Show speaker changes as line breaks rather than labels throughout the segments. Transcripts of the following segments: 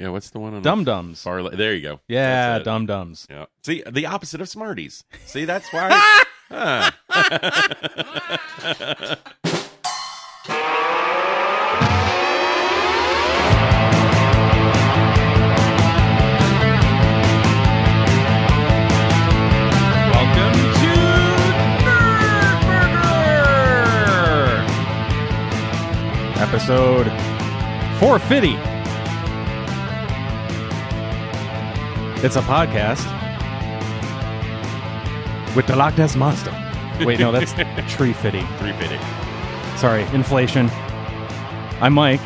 Yeah, what's the one on the
Dum dums.
far? le- there you go.
Yeah,
That's it.
dum dums.
Yeah. See, the opposite of Smarties. See, that's why. Huh.
Welcome to Nerd Burger! Episode 450. It's a podcast with the Loch Ness Monster. Wait, no, that's Tree Fitty.
Three fitting.
Sorry, inflation. I'm Mike,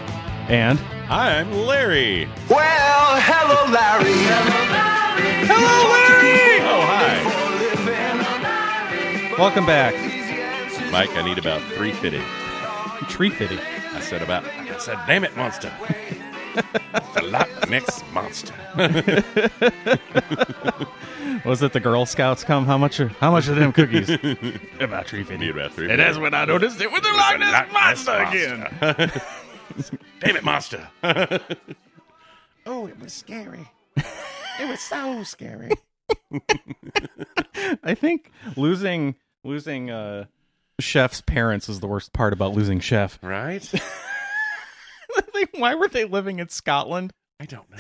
and
I'm Larry.
Well, hello, Larry.
Oh, hi.
welcome back,
Mike, I need about three fitting.
Tree Fitty.
I said about. I said, damn it, monster. the Loch Ness monster.
Was it the Girl Scouts come? How much? Are, how much of them cookies? About Tree
need
Fitty.
about three.
And
fitting.
that's when I noticed it was the Loch Ness Monster again.
Damn it, monster. oh, it was scary. It was so scary.
I think losing losing uh chef's parents is the worst part about losing chef.
Right?
Like, Why were they living in Scotland?
I don't know.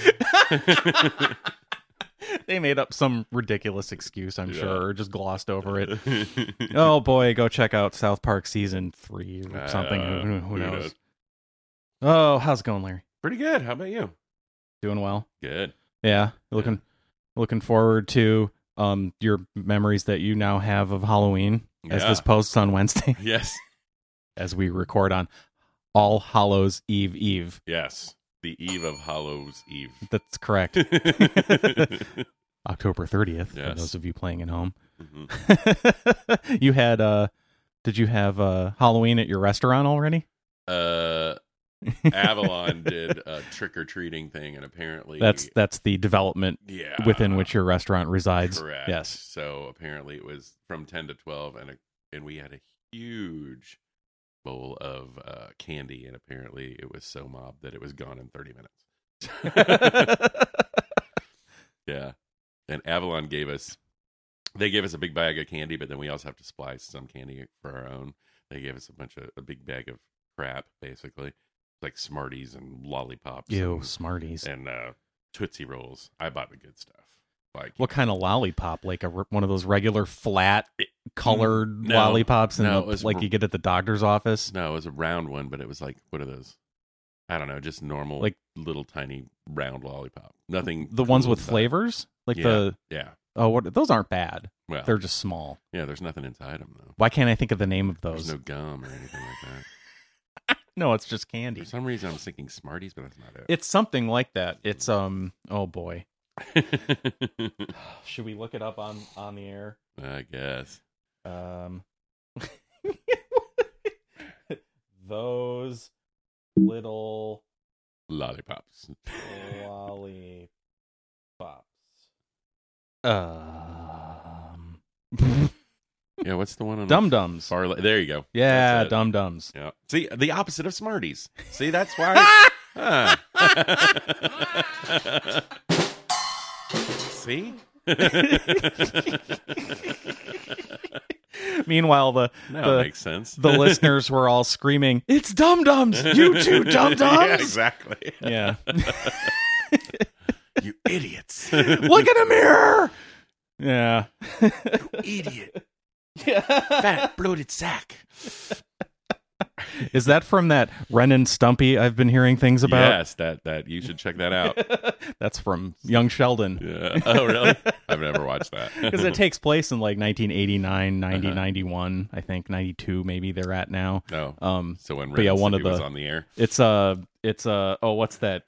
They made up some ridiculous excuse, I'm
Yeah.
sure, or just glossed over it. oh boy, go check out South Park season three or something.
Uh,
who, who
who
knows?
knows?
Oh, how's it going, Larry?
Pretty good. How about you?
Doing well.
Good.
Yeah, looking looking forward to um your memories that you now have of Halloween as
Yeah.
this posts on Wednesday
Yes.
as we record on All Hallows Eve Eve.
Yes. The eve of Hallows Eve.
That's correct.
Mhm.
October 30th for
Yes. Mm-hmm.
those of you playing at home. you had uh did you have uh Halloween at your restaurant already?
uh, Avalon did a trick or treating thing, and apparently
That's that's the development
yeah
within which your restaurant resides.
correct.
Yes.
So apparently it was from ten to twelve, and a, and we had a huge bowl of uh, candy, and apparently it was so mobbed that it was gone in thirty minutes. yeah, and Avalon gave us they gave us a big bag of candy, but then we also have to splice some candy for our own. They gave us a bunch of a big bag of crap, basically like Smarties and lollipops,
Ew,
and,
Smarties.
and uh, Tootsie Rolls. I bought the good stuff. Like
What kind of lollipop? Like a re- one of those regular flat colored
mm, No.
lollipops, and
No, it was
like
r-
you get at the doctor's office.
No, it was a round one, but it was like what are those? I don't know, just normal,
Like-
like little tiny round lollipop. Nothing.
The ones
cool
with
inside.
flavors, like the
Yeah.
oh, what those aren't bad.
Well,
They're just small.
yeah. There's nothing inside them though.
Why can't I think of the name of those?
There's
No,
no gum or anything like that.
it's just
For
candy.
some reason, I'm thinking Smarties, but that's not it.
It's something like that. It's um. Oh boy.
I
Should we look it up on on the air?
guess.
Um. those little
Lollipops.
lollipops. Um,
Yeah, what's the one on the
dum dums.
far? le- there you go.
Yeah,
That's it.
dum dums.
Yeah. See, the opposite of Smarties. See, that's why. Huh. See?
Meanwhile, the
Now
The-
it makes sense.
the listeners were all screaming, "It's dum dums! You two dum
Yeah,
dums!"
exactly.
Yeah,
You idiots.
look in a mirror. Yeah,
Idiot.
yeah.
Fat bloated sack.
Is that from that Ren and Stumpy I've been hearing things about?
Yes, that that you should check that out.
That's from Young Sheldon.
Yeah. Oh, really? I've never watched that. Uh-huh.
because it takes place in like 1989 90 91 i think 92 maybe they're at now
no.
um
Oh. So when
but yeah,
Ren
one
City
of the-
was on the air,
it's uh it's uh oh what's that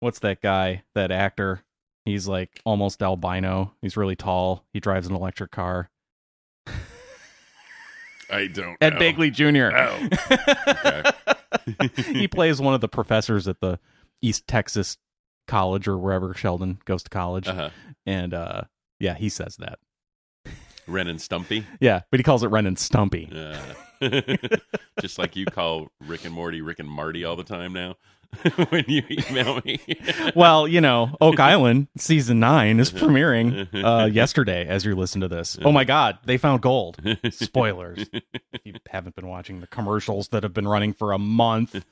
what's that guy that actor he's like almost albino he's really tall he drives an electric car
I don't.
ed
know.
bagley jr
Oh.
he plays one of the professors at the east texas college or wherever sheldon goes to college
Uh-huh.
and uh yeah he says that
Ren and Stumpy.
yeah but he calls it ren and stumpy
Uh, Just like you call Rick and Morty Rick and Marty all the time now when you email me.
well, you know, Oak Island season nine is
Uh-huh.
premiering uh, yesterday as you listen to this. Oh my God, they found gold. Spoilers. if you haven't been watching the commercials that have been running for a month,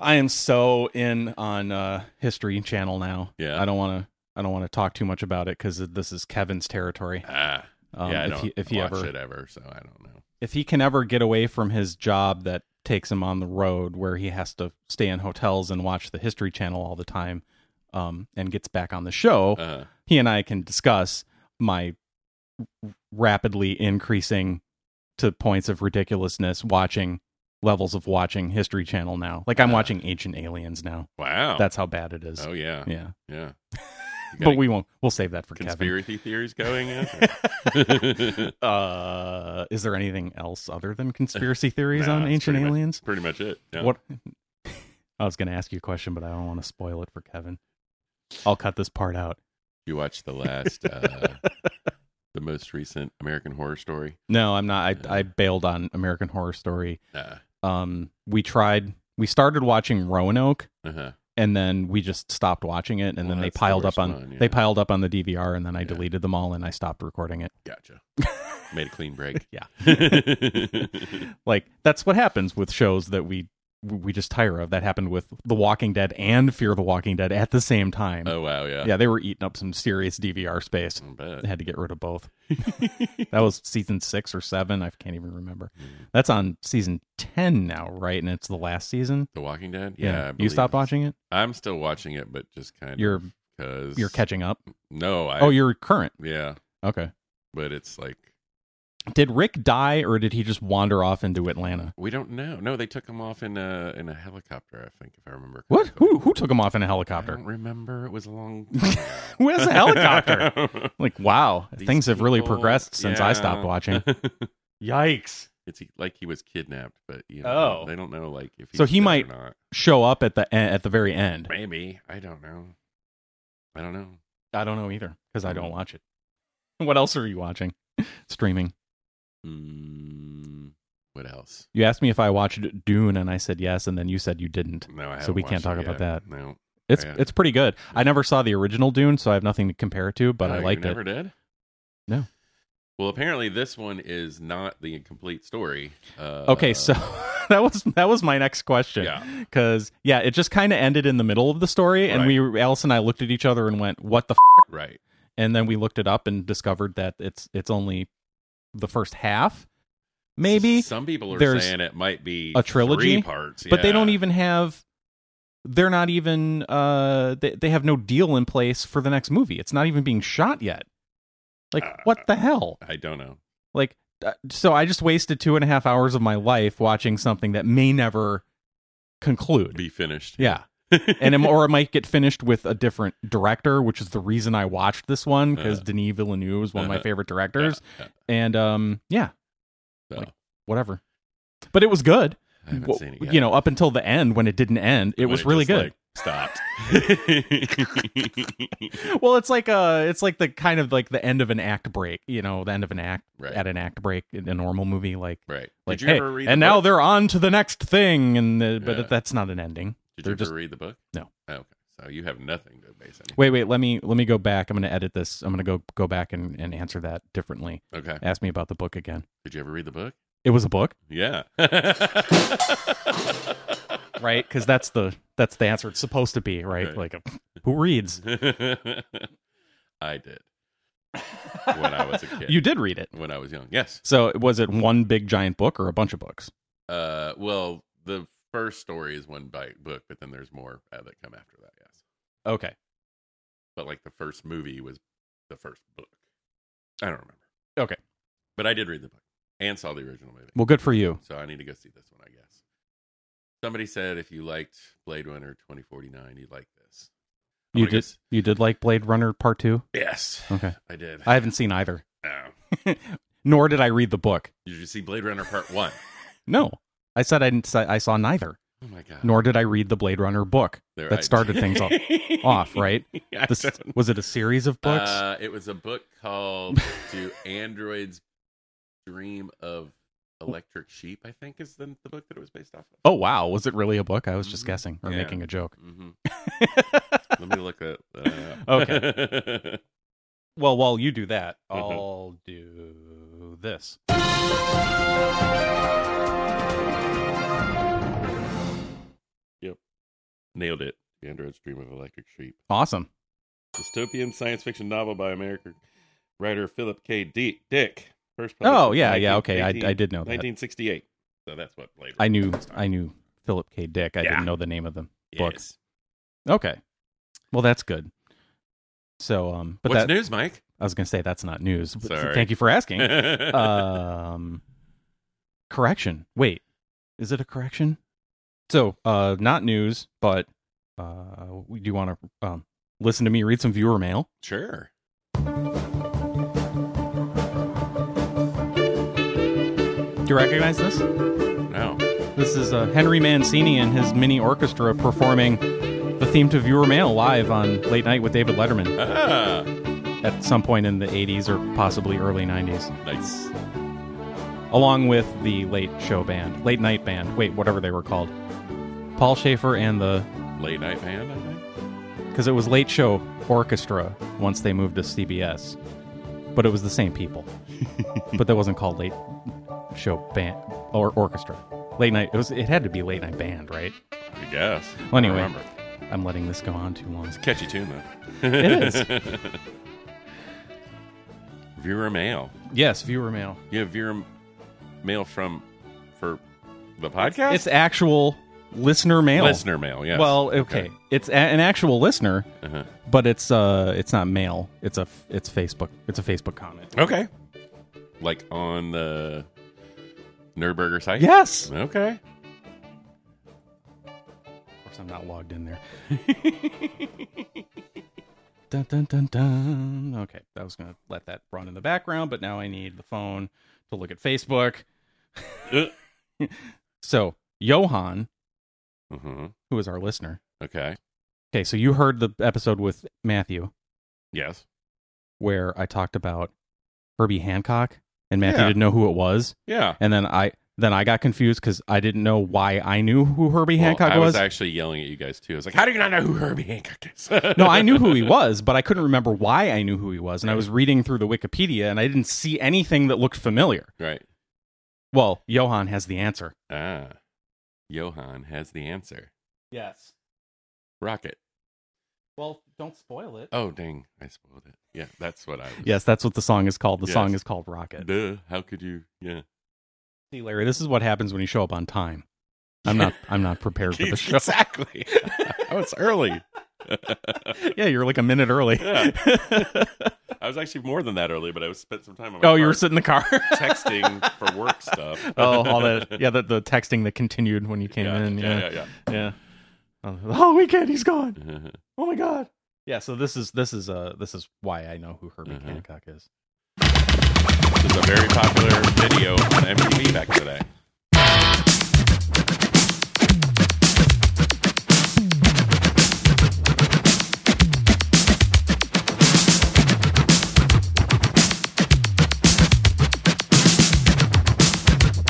I am so in on uh, History Channel now.
Yeah.
I don't want to. I don't want to talk too much about it because this is Kevin's territory.
Ah,
Um,
yeah, I
if
don't
he, if he
watch
ever
it ever, so I don't know.
if he can ever get away from his job that takes him on the road where he has to stay in hotels and watch the history channel all the time um, and gets back on the show
Uh,
he and i can discuss my r- rapidly increasing to points of ridiculousness watching levels of watching history channel now like i'm
Uh,
watching ancient aliens now
wow.
that's how bad it is
oh yeah, yeah.
yeah
You got
but
any
we won't we'll save that for kevin
conspiracy theories going. Out?
uh is there anything else other than conspiracy theories
Nah,
on
that's
ancient
pretty much-
aliens
Pretty much it. Yeah.
What? I was going to ask you a question, but I don't want to spoil it for Kevin. I'll cut this part out.
You watched the last, uh, the most recent American Horror Story?
No, I'm not. I, I bailed on American Horror Story.
Uh,
Um, we tried. We started watching Roanoke,
uh-huh.
and then we just stopped watching it. And
Well,
then they
that's the
piled up
worst
on
one, yeah.
they piled up on the DVR, and then I
Yeah.
deleted them all, and I stopped recording it.
Gotcha. Made a clean break.
Yeah. like that's what happens with shows that we we just tire of. That happened with The Walking Dead and Fear the Walking Dead at the same time.
oh wow, yeah.
yeah, they were eating up some serious DVR space.
I bet.
They had to get rid of both. that was season six or seven. I can't even remember.
Hmm.
That's on season ten now, right? And it's the last season.
The Walking Dead. Yeah, I
you
believe
stopped
it's-
watching it.
I'm still watching it, but just kind
You're
because
you're catching up.
No, I.
oh, you're current.
yeah,
Okay.
but it's like
Did Rick die, or did he just wander off into Atlanta?
we don't know. No, they took him off in a in a helicopter. I think if I remember.
What?
correctly.
Who who took him off in a
I
helicopter?
don't remember. It was a long.
Who has a helicopter? like, wow,
These
things have really
people-
progressed since I stopped
Yeah.
watching. Yikes!
it's e, like he was kidnapped, but you know,
Oh.
they don't know like if he's
So he
dead or
might-
not.
Show up at the e- at the very end.
Maybe I don't know. I don't know. Hmm.
I don't know either because I don't watch it. What else are you watching? Streaming.
Mm, what else?
You asked me if I watched Dune, and I said yes, and then you said you didn't.
No, I haven't
So we
watched
can't
it
talk about
yet.
that.
No,
It's
Yeah.
it's pretty good. I never saw the original Dune, so I have nothing to compare it to, but
Oh,
I
you
liked
never
it.
did.
No.
Well, apparently this one is not the complete story. Uh,
Okay, so that was that was my next question.
Yeah.
Cuz yeah, it just kind of ended in the middle of the story and we Alice and I looked at each other and went, "What the f-?
right,
And then we looked it up and discovered that it's it's only the first half maybe,
some people are
there's
saying it might be
a trilogy,
three parts,
but they
yeah.
don't even have they're not even uh they, they have no deal in place for the next movie. It's not even being shot yet. Like
Uh,
what the hell?
I don't know.
like uh, so i just wasted two and a half hours of my life watching something that may never conclude
Be finished.
yeah and it, or it might get finished with a different director which is the reason i watched this one because
Uh.
denis villeneuve is one of my
Uh-huh.
favorite
Yeah,
directors
yeah.
and um yeah
So,
like, whatever but it was good
I haven't
Well,
seen it yet.
you know up until the end when it didn't end it
When
was really
just,
good
Like, stopped.
well it's like uh it's like the kind of like the end of an act break you know the end of an act
Right.
at an act break in a normal movie like
right.
like,
Did you
hey,
ever read?
and
the
now
book?
they're on to the next thing, and the, but
Yeah.
that's not an ending.
Did you
they're
ever
just-
read the book?
No.
Oh, okay, so you have nothing to base anything.
Wait, wait, let me let me go back. I'm going to edit this. I'm going to go go back and, and answer that differently.
Okay.
Ask me about the book again.
Did you ever read the book?
It was a book,
Yeah.
right? Because that's the that's the answer it's supposed to be, right?
Right.
Like, who reads?
I did when I was a kid.
You did read it.
when I was young. Yes.
So was it one big giant book or a bunch of books?
Uh, well, the first story is one bite book, but then there's more uh, that come after that. Yes.
Okay,
But like the first movie was the first book. I don't remember.
Okay.
But I did read the book and saw the original movie.
well, good for you.
So I need to go see this one, I guess. Somebody said if you liked Blade Runner 2049, you'd like this. I'm
You
gonna go
did
s-
you did like Blade Runner Part Two?
Oh, Yes,
Okay,
I did.
I haven't seen either,
Oh.
nor did I read the book.
Did you see Blade Runner Part 1?
No, I said I didn't. I saw neither,
Oh my God.
nor did I read the Blade Runner book.
There
that
I-
started things off- off, right?
I
This-
don't-
was it a series of books?
Uh, it was a book called "Do Androids Dream of Electric Sheep, I think, is the, the book that it was based off of.
Oh wow, was it really a book? I was just
Mhm.
guessing or
Yeah.
making a joke.
hmm Let me look at that up. Okay.
well, while you do that,
Mhm.
I'll do this.
Nailed it. The Android Stream of Electric Sheep.
Awesome.
Dystopian science fiction novel by American writer Philip K. D- Dick. First published
Oh
in
yeah,
19-
yeah. Okay, I,
19
I did know that.
1968. So that's what later.
I knew I knew Philip K. Dick. I
Yeah.
didn't know the name of them. book.
Yes.
Okay. Well, that's good. So, um, but
What's
that
news, Mike?
I was gonna say that's not news. but
Sorry.
Thank you for asking. um, correction. Wait, is it a correction? So, uh, not news, but uh, we do want to um listen to me read some viewer mail.
sure.
Do you recognize this?
No.
This is uh, Henry Mancini and his mini orchestra performing the theme to viewer mail live on Late Night with David Letterman
Ah,
at some point in the 80s or possibly early 90s.
nice.
along with the late show band, late night band, wait, whatever they were called. Paul Schaefer and the,
Late night band, I think.
because it was Late Show Orchestra once they moved to CBS, but it was the same people. but that wasn't called Late Show Band or Orchestra. Late night, it was. It had to be late night band, right?
I guess.
Well, anyway.
I remember.
I'm letting this go on too long.
Catchy tune, though.
It
is. Viewer mail.
Yes, viewer mail.
You have viewer mail from for the podcast?
It's actual listener mail.
listener mail, yes.
Well, okay, it's a- an actual listener,
Uh-huh.
but it's uh, it's not mail. It's a, f- it's Facebook. It's a Facebook comment.
Okay. Like on the Nerdburger site?
Yes.
Okay.
Of course, I'm not logged in there. dun, dun, dun, dun. Okay, I was going to let that run in the background, but now I need the phone to look at Facebook.
Uh.
so, Johan,
Mhm.
who is our listener.
Okay.
Okay, so you heard the episode with Matthew
Yes.
where I talked about Herbie Hancock and Matthew
Yeah.
didn't know who it was,
Yeah.
and then I then I got confused cuz I didn't know why I knew who Herbie
Well,
Hancock
I was,
was.
actually yelling at you guys too. I was like, "How do you not know who Herbie Hancock is?"
No, I knew who he was, but I couldn't remember why I knew who he was. And I was reading through the Wikipedia and I didn't see anything that looked familiar.
Right.
Well, Johan has the answer.
Ah. Johan has the answer.
Yes.
Rocket.
Well, don't spoil it.
Oh, dang. I spoiled it. Yeah, that's what I was.
Yes, that's what the song is called. The
Yes.
song is called Rocket.
Duh. How could you? Yeah.
See, Larry, this is what happens when you show up on time. I'm not I'm not prepared for the show.
Exactly. oh, it's early.
Yeah, you're like a minute early.
I was actually more than that early, but I was spent some time on my
oh, you were
car
sitting in the car.
texting for work stuff.
oh, all that yeah, the, the texting that continued when you came in. Yeah.
yeah, yeah.
yeah. Oh, the whole weekend he's gone.
yeah.
Oh my god. Yeah, so this is this is uh this is why I know who Herbie
Mhm.
Hancock is.
This is a very popular video on MTV back in the day.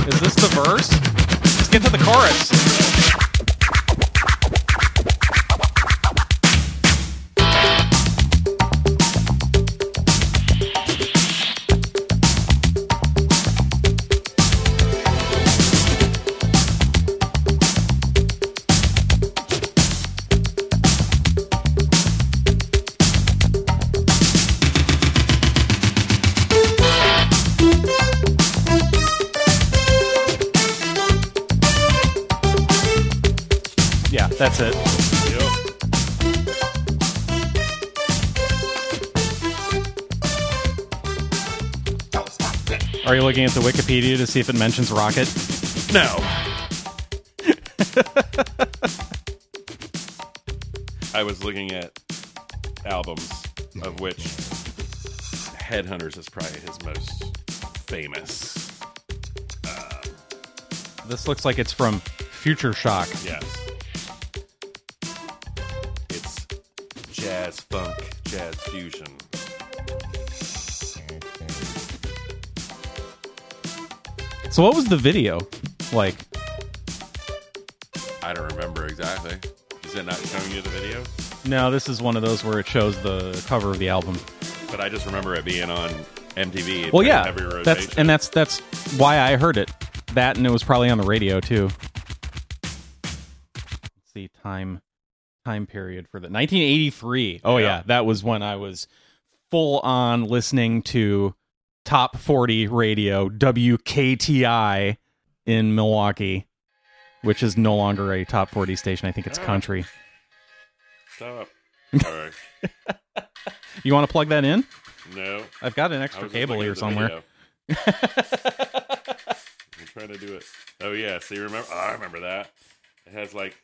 Is this the verse? Let's get to the chorus. Yeah, that's it. Are you looking at the Wikipedia to see if it mentions rocket?
No. I was looking at albums of which Headhunters is probably his most famous.
This looks like it's from Future Shock.
Yes. It's jazz funk, jazz fusion.
It's So what was the video like?
I don't remember exactly. Is it not showing you the video?
No, this is one of those where it shows the cover of the album.
But I just remember it being on MTV.
Well, yeah,
Every rotation.
that's and that's that's why I heard it. That and it was probably on the radio too. Let's see time time period for the 1983. Oh
Yeah.
yeah, that was when I was full on listening to top 40 radio WKTI in Milwaukee, which is no longer a top 40 station. I think it's
Oh.
country.
Stop. Sorry.
You want to plug that in?
No.
I've got an
I
extra
was just
cable
looking
here
at the
somewhere.
video. I'm trying to do it. Oh yeah, see remember I remember that. It has like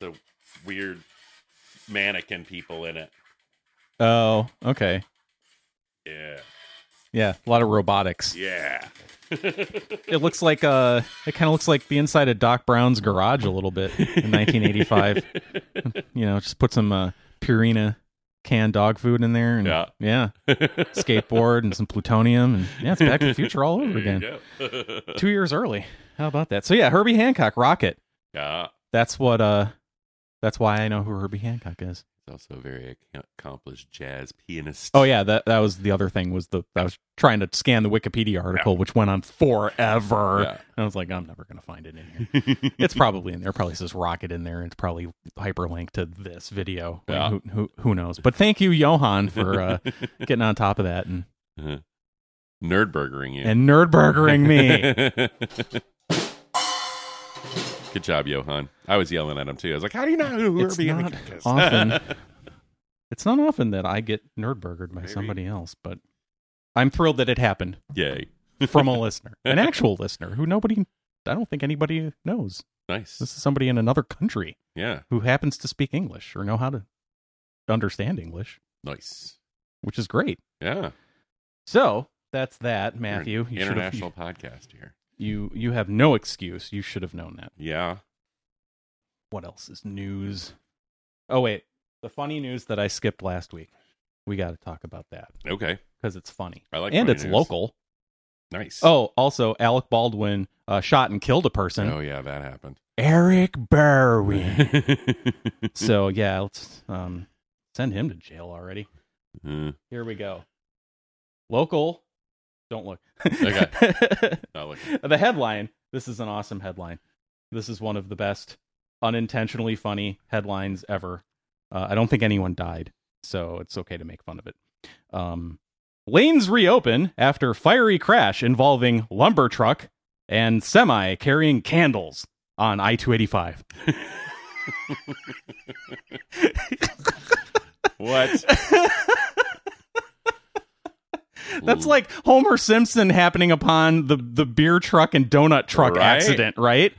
the weird mannequin people in it.
Oh, okay.
Yeah.
Yeah, a lot of robotics.
Yeah.
It looks like uh it kind of looks like the inside of Doc Brown's garage a little bit in 1985. you know, just put some uh, Purina canned dog food in there and
Yeah.
yeah, skateboard and some plutonium and yeah, it's Back to the Future all
There
over again.
you go.
two years early. How about that? So yeah, Herbie Hancock, Rocket.
yeah.
That's what. Uh, that's why I know who Herbie Hancock is.
He's also a very ac- accomplished jazz pianist.
Oh yeah, that that was the other thing was the I was trying to scan the Wikipedia article, which went on forever.
Yeah.
And I was like, I'm never gonna find it in here. it's probably in there. Probably says Rocket in there. It's probably hyperlinked to this video. Like,
Yeah.
who, who who knows? But thank you, Johan, for uh, getting on top of that and
Uh-huh. Nerdburgering you.
and nerdburgering me.
Good job, Johan. I was yelling at him too. I was like, "How do you know who
it's
Herbie
not
Hancock is?"
often. It's not often that I get nerdburgered by
Maybe.
somebody else, but I'm thrilled that it happened
Yay!
from a listener, an actual listener who nobody, I don't think anybody knows.
Nice.
This is somebody in another country
Yeah.
who happens to speak English or know how to understand English,
Nice.
which is great.
Yeah.
So that's that,
You're an
Matthew. You should have-
international podcast here.
You you have no excuse. You should have known that.
Yeah.
What else is news? Oh wait, the funny news that I skipped last week. We got to talk about that
Okay.
because it's funny
I like
and
funny
it's
news.
local.
Nice.
Oh, also Alec Baldwin uh, shot and killed a person.
Oh yeah, that happened.
Eric Berry. so yeah, let's um, send him to jail already.
Hmm,
Here we go. Local. Don't look.
Okay. not looking.
the headline. This is an awesome headline. This is one of the best unintentionally funny headlines ever. Uh, I don't think anyone died, so it's okay to make fun of it. Um, lanes reopen after fiery crash involving lumber truck and semi carrying candles on I two eighty five.
What?
That's like Homer Simpson happening upon the the beer truck and donut truck
Right.
accident, right?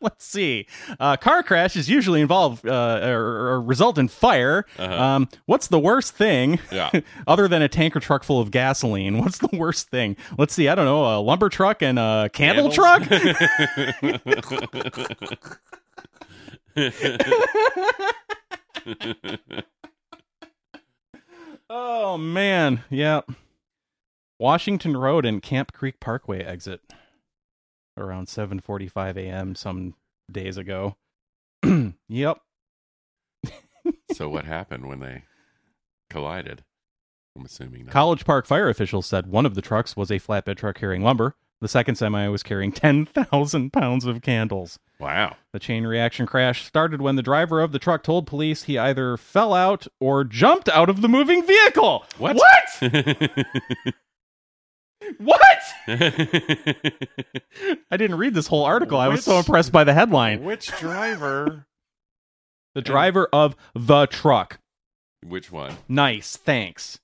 Let's see. Uh, car crashes usually involve uh, or, or result in fire.
Uh-huh.
Um, what's the worst thing?
Yeah.
Other than a tanker truck full of gasoline, what's the worst thing? Let's see. I don't know. A lumber truck and a candle
Candles?
truck. oh man, yeah. Washington Road and Camp Creek Parkway exit around 7:45 a.m. some days ago. yep.
so what happened when they collided? I'm assuming. Not.
College Park fire officials said one of the trucks was a flatbed truck carrying lumber. The second semi was carrying 10,000 pounds of candles.
wow.
The chain reaction crash started when the driver of the truck told police he either fell out or jumped out of the moving vehicle.
What?
What? What? I didn't read this whole article. I was so
Which-
impressed by the headline.
Which driver?
The driver of the truck.
Which one?
Nice. Thanks.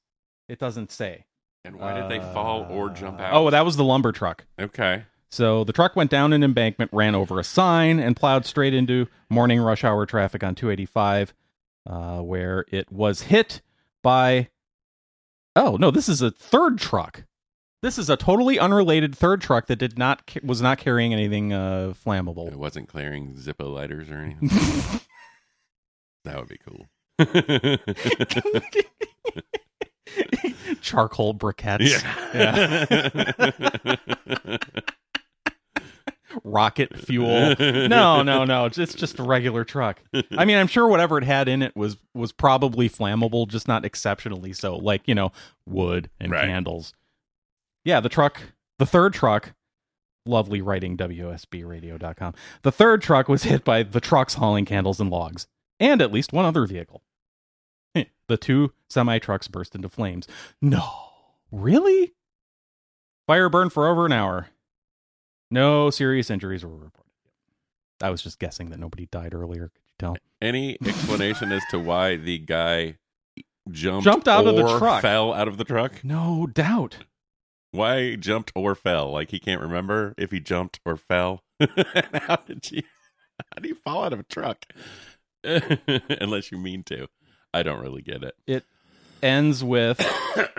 It doesn't say.
And why did they fall or jump out?
Oh, that was the lumber truck.
okay.
So the truck went down an embankment, ran over a sign, and plowed straight into morning rush hour traffic on 285, uh, where it was hit by. Oh no! This is a third truck. This is a totally unrelated third truck that did not ca- was not carrying anything uh,
It
flammable.
wasn't clearing Zippo lighters or anything. that would be cool.
charcoal briquettes,
Yeah.
rocket fuel. No, no, no. It's, it's just a regular truck. I mean, I'm sure whatever it had in it was was probably flammable, just not exceptionally so. Like you know, wood and
Right.
candles. Yeah, the truck, the third truck. Lovely writing, WSBRadio.com. The third truck was hit by the trucks hauling candles and logs, and at least one other vehicle. Heh, the two semi trucks burst into flames. No, really? Fire burned for over an hour. No serious injuries were reported. I was just guessing that nobody died earlier. Could you tell?
Any explanation as to why the guy jumped,
Jumped out of the
or
truck.
fell out of the truck?
No doubt.
Why jumped or fell? Like he can't remember if he jumped or fell. how did you? How do you fall out of a truck? Unless you mean to. I don't really get it.
Ends with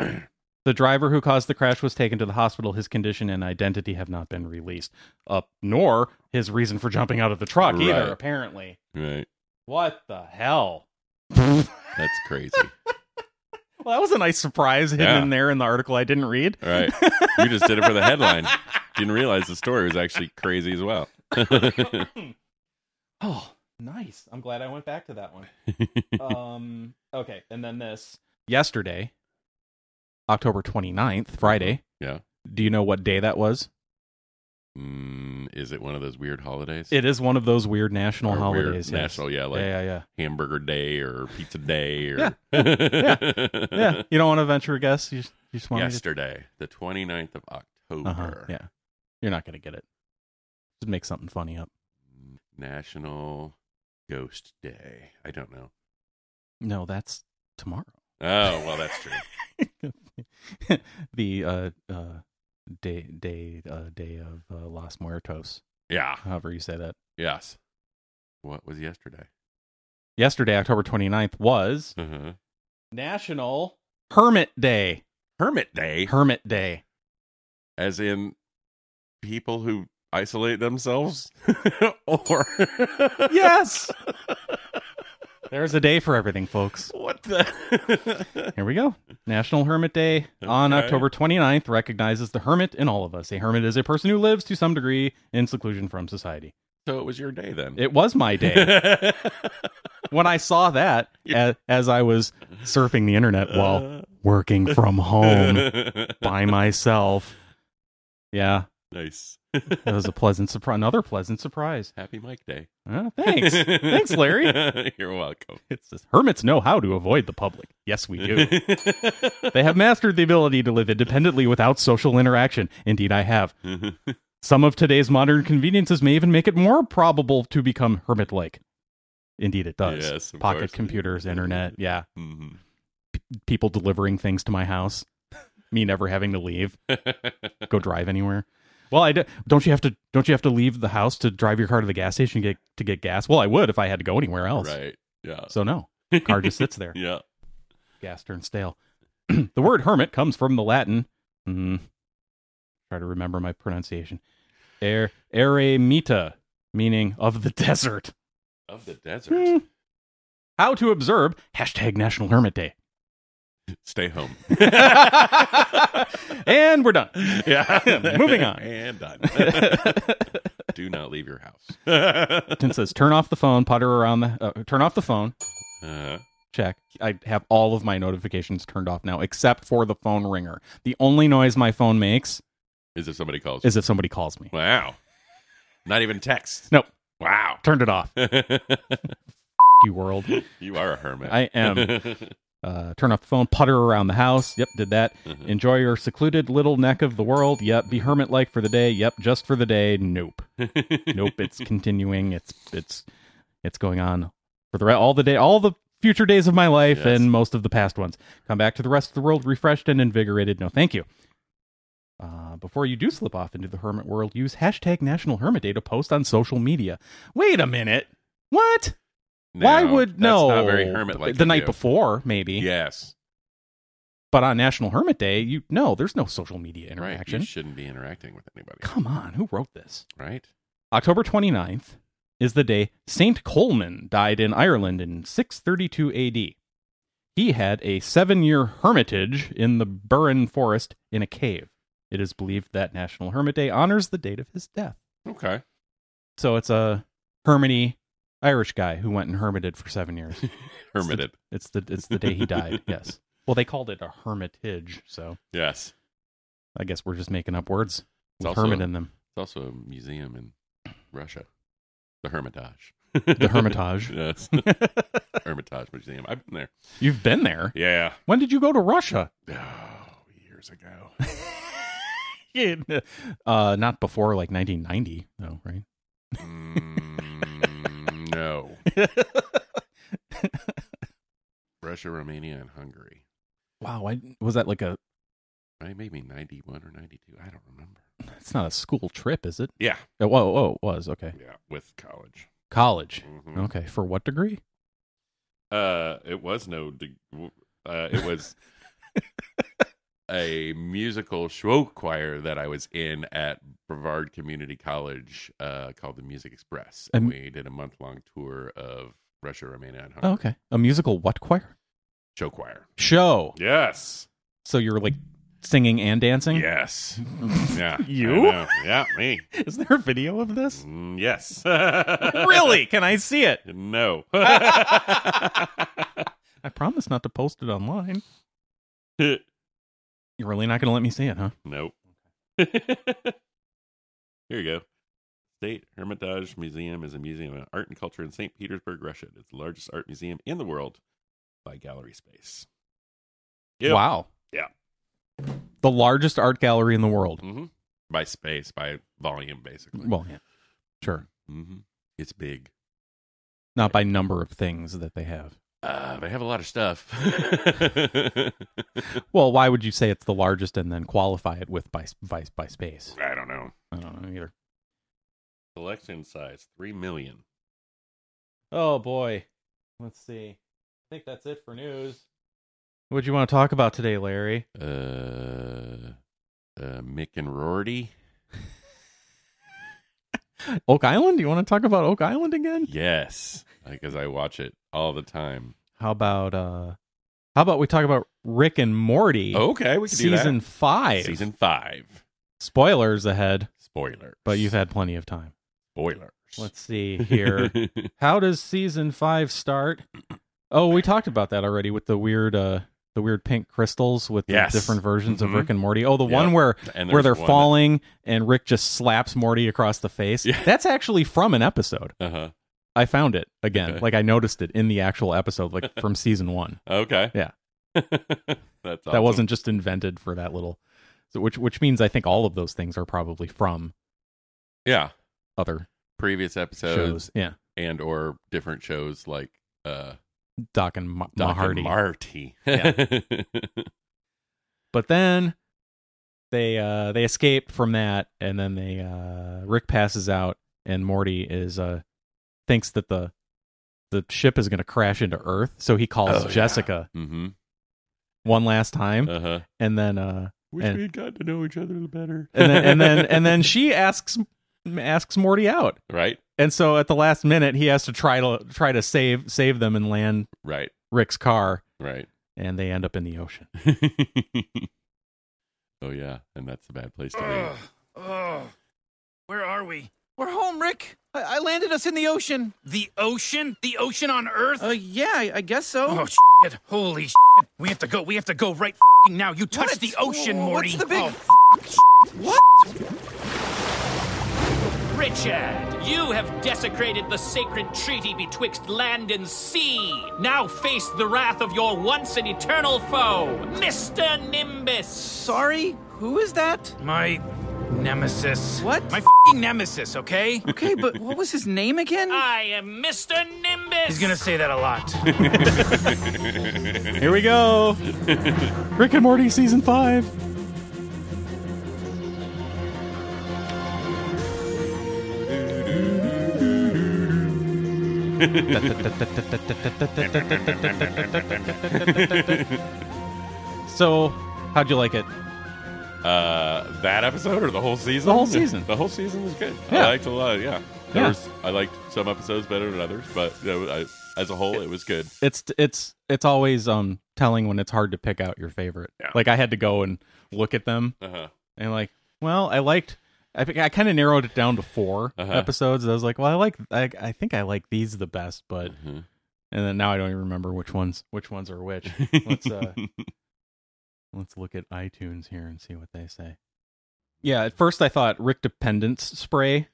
the driver who caused the crash was taken to the hospital. His condition and identity have not been released. Up nor his reason for jumping out of the truck
Right.
either. Apparently,
Right.
what the hell?
That's crazy.
Well, that was a nice surprise hidden
Yeah. Uh.
in there in the article I didn't read.
All right. You just did it for the headline. Didn't realize the story was actually crazy as well.
Hmm. oh, nice. I'm glad I went back to that one. um, okay, and then this yesterday, October 29th, Friday.
Yeah.
Do you know what day that was?
Mm, is it one of those weird holidays?
It is one of those weird national
Or weird
holidays. yes.
National, yeah, like
yeah, yeah,
hamburger day or pizza day or
Yeah, yeah, yeah. yeah. You don't want to venture a guess. You just, you just want to.
yesterday, the 29th of October.
Uh-huh, yeah. You're not gonna get it. Just make something funny up.
National Ghost Day. I don't know.
No, that's tomorrow.
Oh, well, that's true.
the uh uh day day uh day of uh, Los Muertos.
yeah.
However you say that.
Yes. What was yesterday?
Yesterday, October 29th was
Uh-huh.
National Hermit Day.
Hermit Day,
Hermit Day.
as in people who isolate themselves, or
Yes. There's a day for everything, folks.
what the?
Here we go. National Hermit Day on
Okay.
October 29th recognizes the hermit in all of us. A hermit is a person who lives to some degree in seclusion from society.
so it was your day then.
It was my day when I saw that as, as I was surfing the internet
Uh.
while working from home by myself. Yeah,
nice.
that was a pleasant surprise. Another pleasant surprise.
Happy Mike Day.
Uh, thanks. Thanks, Larry.
You're welcome.
It's this, hermits know how to avoid the public. Yes, we do. they have mastered the ability to live independently without social interaction. Indeed, I have. Some of today's modern conveniences may even make it more probable to become hermit like. Indeed, it does.
Yes, of
Pocket
course.
computers, internet. Yeah.
Mhm.
People delivering things to my house. Me never having to leave, go drive anywhere. Well, I d- don't you have to don't you have to leave the house to drive your car to the gas station to get to get gas? Well, I would if I had to go anywhere else.
Right. Yeah.
So no, car just sits there.
Yeah.
gas turns stale. the word hermit comes from the Latin. Mm, try to remember my pronunciation. Er, eremita, meaning of the desert.
Of the
Hmm.
desert.
How to observe hashtag National Hermit Day.
Stay home.
and we're done.
yeah.
Moving on.
And done. Do not leave your house.
Tim says, "Turn off the phone. Putter around the. Uh, turn off the phone.
Uh,
Check. I have all of my notifications turned off now, except for the phone ringer. The only noise my phone makes
is if somebody calls.
is if somebody calls me.
wow. Not even text.
Nope.
Wow.
Turned it off. you world.
you are a hermit.
I am. uh, turn off the phone, putter around the house. Yep, did that. Enjoy your secluded little neck of the world. Yep, be hermit like for the day. Yep, just for the day. Nope, nope. It's continuing. It's it's it's going on for the re- all the day, all the future days of my life,
Yes.
and most of the past ones. Come back to the rest of the world refreshed and invigorated. No, thank you. Uh, before you do slip off into the hermit world, use hashtag National Hermit Day to post on social media. Wait a minute. What? Why
No,
would
that's
no?
Not very hermit like.
the night before, maybe.
Yes.
But on National Hermit Day, you no, there's no social media
Right.
interaction.
You shouldn't be interacting with anybody.
Come on, who wrote this?
Right.
October 29th is the day St. Coleman died in Ireland in 632 AD. He had a seven year hermitage in the Burren Forest in a cave. It is believed that National Hermit Day honors the date of his death.
Okay.
So it's a hermity Irish guy who went and hermited for seven years.
Hermited.
It's the it's the day he died. Yes. Well, they called it a hermitage, so
Yes.
I guess we're just making up words
It's
with
also-
hermit in them.
It's also a museum in Russia, the Hermitage.
The Hermitage.
yes. Hermitage Museum. I've been there.
You've been there.
Yeah.
When did you go to Russia?
Oh, years ago.
uh, not before like 1990, though, right?
Mm, no. Russia, Romania, and Hungary.
Wow, I, was that like a?
Right? Maybe 91 or 92. I don't remember.
It's not a school trip, is it?
Yeah.
Oh, whoa, whoa, it was okay.
Yeah. With college.
College.
Mhm.
Okay, for what degree?
Uh, it was no. De- w- uh, it was a musical show choir that I was in at Brevard Community College, uh, called the Music Express, and
Um,
we did a month long tour of Russia, Romania, and Hungary.
Oh, okay, a musical what choir?
Uh-huh. Show choir.
Show.
Yes.
So you're like singing and dancing.
Yes. Yeah. I
You?
know. Yeah. Me.
Is there a video of this?
Mm, yes.
really? Can I see it?
No.
I promise not to post it online. You're really not going to let me see it, huh?
Nope. Here you go. State Hermitage Museum is a museum of art and culture in St. Petersburg, Russia. It's the largest art museum in the world by gallery space. Yep.
Wow.
Yeah.
The largest art gallery in the world.
hmm By space, by volume, basically.
Well, yeah. Sure.
hmm It's big.
Not by number of things that they have.
Uh, they have a lot of stuff.
Well, why would you say it's the largest and then qualify it with by by, by space?
I don't know.
I don't know either.
Collection size 3 million.
Oh boy. Let's see. I think that's it for news. What do you want to talk about today, Larry?
Uh, uh, Mick and Rorty.
Oak Island? You want to talk about Oak Island again?
Yes, because I watch it all the time.
How about uh how about we talk about Rick and Morty
Oh, Okay, we can
E- season
do that.
five.
Season five.
Spoilers ahead,
Spoilers.
but you've had plenty of time.
spoilers.
Let's see here. How does season five start? Oh, we talked about that already with the weird, uh, the weird pink crystals with the
Yes.
different versions
Mhm.
of Rick and Morty. Oh, the
Yep.
one where
and
where they're
there's one-
falling and Rick just slaps Morty across the face.
Yeah.
That's actually from an episode.
Uh-huh.
I found it again.
Okay.
Like I noticed it in the actual episode, like from season one.
Okay.
Yeah.
That's
That
awesome.
wasn't just invented for that little. So which which means I think all of those things are probably from
Yeah.
other
Previous episodes
shows. Yeah,
and or different shows like uh
Doc and Ma-
Doc
Mahardy.
and Marty.
But then they uh they escape from that and then they uh Rick passes out and Morty is uh thinks that the the ship is going to crash into Earth, so he calls
Oh, yeah.
Jessica
mm-hmm.
one last time
Uh-huh.
and then uh
Wish
And- Uh,
we had gotten to know each other better.
and then and then and then she asks asks Morty out.
right?
And so at the last minute he has to try to try to save save them and land
Right.
Rick's car
Right.
and they end up in the ocean.
oh yeah, and that's a bad place to
Ugh,
be.
ugh. Where are we?
We're home, Rick. I, I landed us in the ocean.
The ocean? The ocean on Earth?
Uh, yeah, I, I guess so.
oh, shit. Holy shit. We have to go. We have to go right fing now. You touched
What?
the ocean,
What's
Morty.
the
Oh,
big
Richard, you have desecrated the sacred treaty betwixt land and sea. Now face the wrath of your once and eternal foe, Mr. Nimbus.
Sorry, who is that?
my nemesis.
What?
My fing nemesis, okay?
Okay, but what was his name again?
I am Mr. Nimbus.
He's gonna say that a lot.
Here we go. Rick and Morty season 5. so, how'd you like it?
Uh, that episode or the whole season?
The whole season.
The whole season was good. I
Yeah.
liked a lot. Yeah, there
Yeah.
was. I liked some episodes better than others, but you know, I, as a whole, it was good.
it's it's it's always um telling when it's hard to pick out your favorite.
Yeah.
Like I had to go and look at them
Uh-huh.
and like, well, I liked. I think I kind of narrowed it down to 4
Uh-huh.
episodes. I was like, well, I like I, I think I like these the best, but
Mhm.
and then now I don't even remember which ones which ones are which. Let's uh let's look at iTunes here and see what they say. Yeah, at first I thought Rick Dependence Spray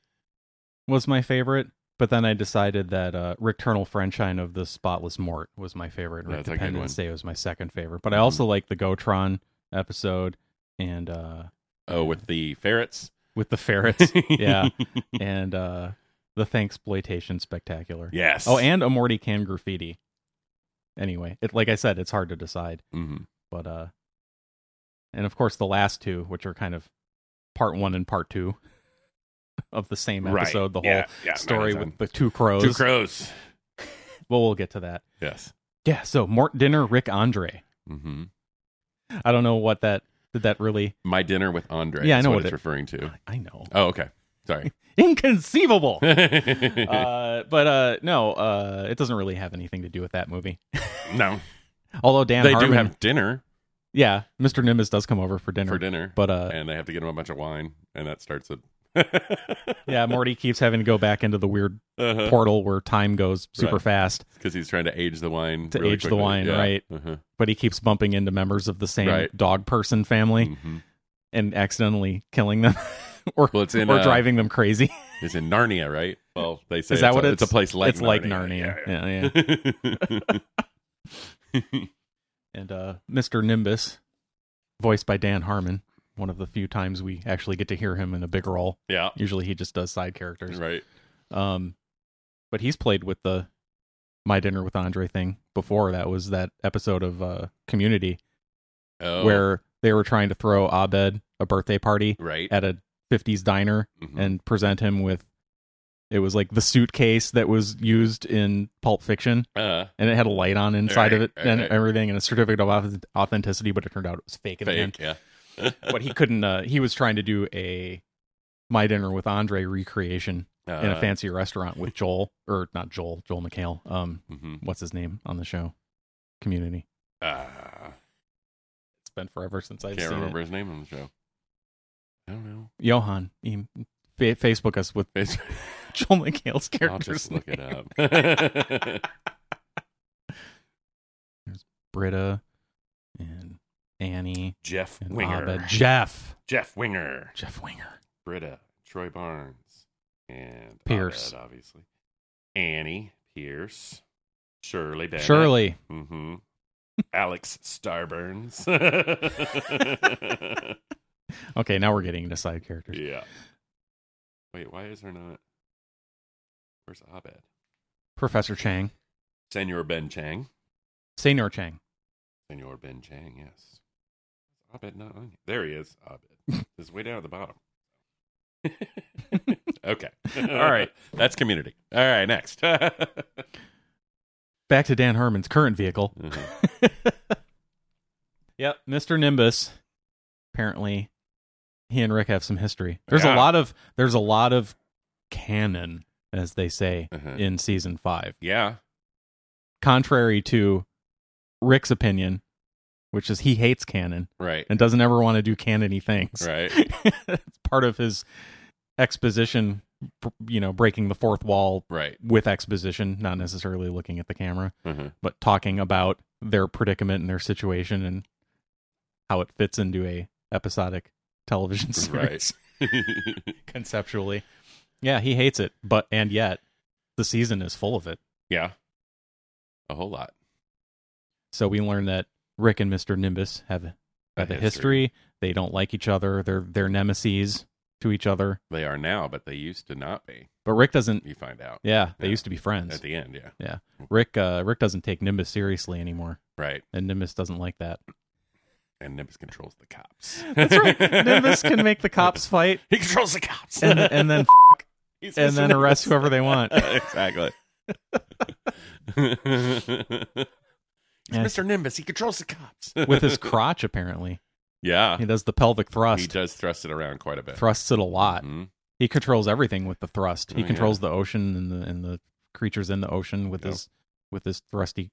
was my favorite, but then I decided that uh Rick Turnal Frenchine of the Spotless Mort was my favorite. Rick
That's a good
Dependence
one. Mm-hmm.
Day was my second favorite. But I also like the Gotron episode and uh
Oh, with the ferrets.
with the ferrets. yeah. And uh the Thanxploitation Spectacular.
Yes.
Oh, and a Morty Can Graffiti. Anyway, it like I said, it's hard to decide.
Mhm.
But uh and of course the last two, which are kind of part one and part two of the same
Right.
episode, the whole
Yeah, yeah,
story
nine out of
with the two crows.
ten. two crows.
well we'll get to that.
Yes.
Yeah, so Mort Dinner, Rick Andre.
hmm
I don't know what that did that really
My dinner with Andre.
Yeah, I
is
know
what,
what
it's
it-
referring to.
I know.
Oh, okay. Sorry.
Inconceivable.
uh,
uh but uh no, uh it doesn't really have anything to do with that movie.
no,
Although Dan
they
Harmon,
do have dinner
yeah, Mr. Nimbus does come over for dinner.
for dinner,
But uh
and they have to get him a bunch of wine, and that starts it.
yeah, Morty keeps having to go back into the weird
Because
portal where time goes super
Uh-huh. Right.
fast,
he's trying to age the wine.
To
really
age the
quickly.
wine,
Yeah.
right.
Uh-huh.
but he keeps bumping into members of the same
Right.
dog person family
Mhm.
and accidentally killing them or
Well, it's in
or
uh,
driving them crazy.
It's in Narnia, right? Well, they say
Is that
it's
what
a,
it's,
it's a place like
it's like Narnia. Yeah, yeah.
yeah.
and uh, Mr. Nimbus, voiced by Dan Harmon, one of the few times we actually get to hear him in a big role.
yeah.
Usually he just does side characters.
Right.
Um, but he's played with the My Dinner with Andre thing before. That was that episode of uh, Community
Oh,
where they were trying to throw Abed a birthday party
right.
at a 50s diner
Mhm.
and present him with it was like the suitcase that was used in Pulp Fiction
uh,
and it had a light on inside of
Right,
it
right,
and
right.
everything and a certificate of auth- authenticity, but it turned out it was fake. in the end.
fake. Yeah.
But he couldn't, uh, he was trying to do a My Dinner with Andre recreation in a
Uh,
fancy restaurant with Joel, or not Joel, Joel McHale. Um,
mhm.
what's his name on the show? Community.
Ah,
It's been forever since I've
can't
seen
remember
it.
his name on the show. I don't know.
Johan. He, fa- Facebook us with
It's-
Joel McHale's
I'll
character's
just look
name.
it up.
Britta and Annie
Jeff
and
Winger.
Abed. Jeff.
Jeff Winger.
Jeff Winger.
Britta, Troy Barnes, and
Pierce.
Abed, obviously. Annie Pierce, Shirley Bennett,
Shirley.
hmm Alex Starburns.
Okay, now we're getting into side characters.
yeah. Wait, why is there not? Where's Abed?
Professor Chang.
Senor Ben Chang.
Senor Chang.
Senor Ben Chang. Yes. Abed not on here. There he is. Abed. It's way down at the bottom. okay. All
right.
That's community. Uh, All right. Next.
Back to Dan Herman's current vehicle.
Mhm.
Yep. Mr. Nimbus. Apparently he and Rick have some history. There's
Yeah.
a lot of there's a lot of canon, as they say,
Uh-huh.
in season five.
Yeah.
Contrary to Rick's opinion, which is he hates canon
Right.
and doesn't ever want to do canony things.
Right.
it's part of his exposition, br- you know, breaking the fourth wall
Right.
with exposition, not necessarily looking at the camera,
Mhm.
but talking about their predicament and their situation and how it fits into a episodic television series conceptually. Yeah, he hates it, but and yet the season is full of it.
yeah. A whole lot.
So we learn that Rick and Mr. Nimbus have a, have a history. They don't like each other. They're they're nemesis to each other.
They are now, but they used to not be.
But Rick doesn't.
You find out
Yeah, they
Yeah.
used to be friends.
at the end. Yeah.
Rick uh, Rick doesn't take Nimbus seriously anymore,
Right.
and Nimbus doesn't like that.
And Nimbus controls the cops.
That's right. Nimbus can make the cops fight
He controls the cops.
and and then
He's
and
Mr.
then arrest
Nimbus.
whoever they want.
exactly. It's
Yeah.
Mr. Nimbus. He controls the cops.
With his crotch, apparently
yeah.
he does the pelvic
He
thrust.
does thrust it around quite a bit.
Thrusts it a lot.
Mhm.
He controls everything with the thrust.
Oh,
He
yeah.
controls the ocean and the and the creatures in the ocean with
Yep.
his with his thrusty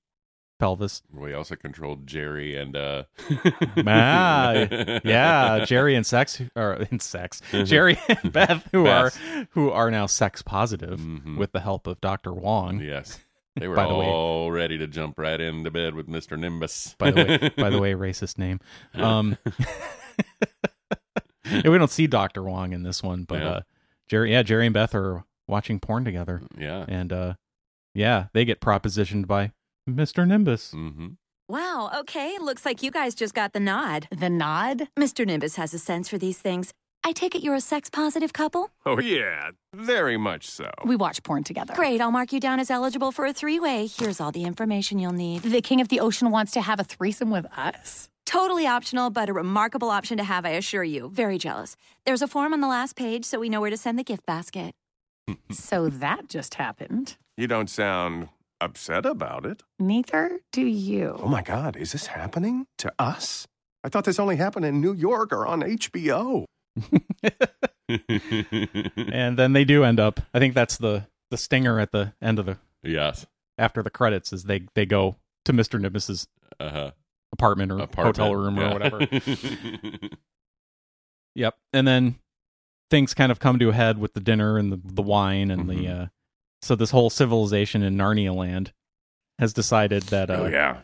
pelvis.
We also controlled Jerry and uh
Ah, Yeah, Jerry and sex or and sex. Jerry and Beth who
Mm-hmm. Beth.
are who are now sex positive
Mhm.
with the help of Dr. Wong.
Yes. They were
By the way-
all ready to jump right into bed with Mr. Nimbus.
By the way, by the way, racist name. Um yeah, we don't see Dr. Wong in this one, but
Yeah.
uh Jerry yeah, Jerry and Beth are watching porn together.
Mm, yeah.
And uh yeah, they get propositioned by Mr. Nimbus.
Mm-hmm.
Wow, okay, looks like you guys just got the nod.
The nod?
Mr. Nimbus has a sense for these things. I take it you're a sex positive couple?
Oh, yeah, very much so.
Oh. We watch porn together.
Great, I'll mark you down as eligible for a three way. Here's all the information you'll need.
The king of the ocean wants to have a threesome with us?
Totally optional, but a remarkable option to have, I assure you. Very jealous. There's a form on the last page so we know where to send the gift basket.
so that just happened.
You don't sound upset about it.
Neither do
Oh
you.
my God, is this happening to us? I thought this only happened in New York or on HBO.
Mm-hmm.
And then they do end up. I think that's the the stinger at the end of the
yes.
after the credits is they they go to Mr. Nimbus's
Uh-huh.
apartment or
Apartment.
hotel room
Yeah.
or whatever. Yep. And then things kind of come to a head with the dinner and the, the wine and the
Mm-hmm.
uh so this whole civilization in Narnia land has decided that uh,
oh yeah.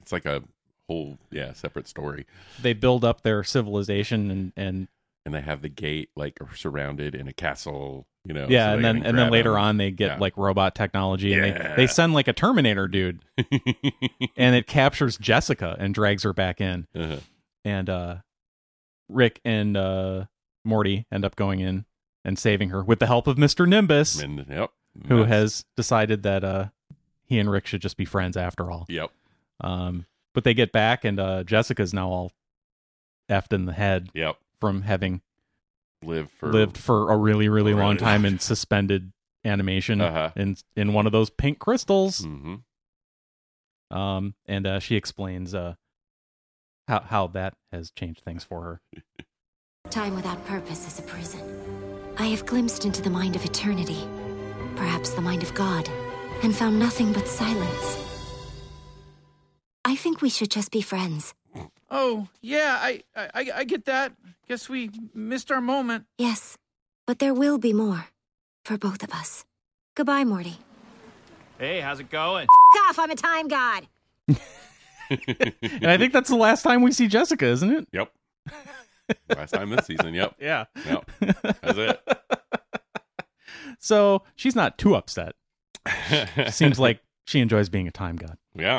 It's like a whole yeah, separate story.
they build up their civilization and and
And they have the gate like surrounded in a castle, you know.
yeah,
so
and
they
then
can
and then
grab
later
him.
on they get
Yeah.
like robot technology and
Yeah.
they they send like a Terminator dude and it captures Jessica and drags her back in.
Uh-huh.
and uh Rick and uh Morty end up going in and saving her with the help of Mr. Nimbus,
And, yep.
who
That's-
has decided that uh he and Rick should just be friends after all.
Yep.
Um but they get back and uh Jessica's now all effed in the head
Yep.
from having
Live for
lived for a really, really long
Right.
time in suspended animation
Uh-huh.
in in one of those pink crystals.
hmm
Um, and uh, she explains uh, how how that has changed things for her.
Time without purpose is a prison. I have glimpsed into the mind of eternity, perhaps the mind of God, and found nothing but silence. I think we should just be friends.
Oh, yeah, I, I, I- I get that. Guess we missed our moment.
Yes, but there will be more for both of us. Goodbye, Morty.
Hey, how's it going?
F- off, I'm a time god.
And I think that's the last time we see Jessica, isn't it?
Yep. Last time this season. Yep.
Yeah.
Yep. That's it.
So she's not too upset. Seems like she enjoys being a time god.
Yeah.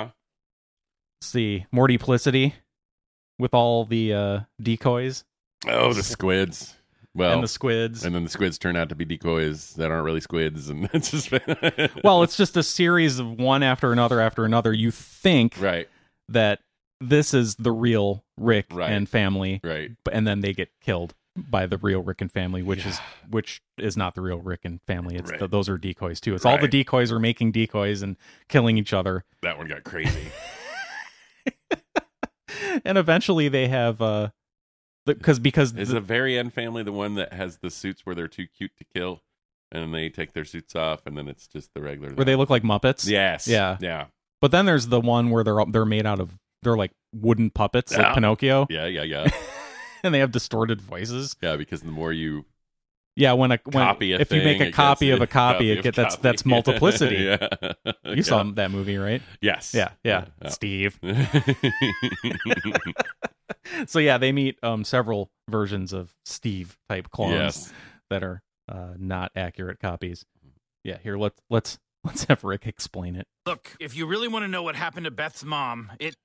Let's see Morty Plicity with all the uh, decoys
Oh, the squids. Well,
and the squids.
and then the squids turn out to be decoys that aren't really squids, and that's just
well, it's just a series of one after another after another. You think
right,
that this is the real Rick
Right.
and family,
right.
b- and then they get killed by the real Rick and family, which is which is not the real Rick and family. It's
Right.
th those are decoys too. It's all the
Right.
decoys are making decoys and killing each other.
That one got crazy.
and eventually they have uh because because
Is
the-
the very end family the one that has the suits where they're too cute to kill, and they take their suits off, and then it's just the regular?
where they look like muppets
Yes.
Yeah.
Yeah.
but then there's the one where they're all- they're made out of they're like wooden puppets like
Yeah.
pinocchio
Yeah. Yeah. Yeah.
and they have distorted voices
yeah. Because the more you
yeah when a when
copy a
if you
thing,
make
it
a
gets-
copy of a copy it
of
get that's
copy.
that's multiplicity
yeah.
you saw that movie right
Yes.
yeah yeah,
Yeah.
steve
yes.
so yeah they meet um several versions of steve type clones that are uh not accurate copies yeah here let's let's let's have rick explain it
Look, if you really want to know what happened to Beth's mom, it.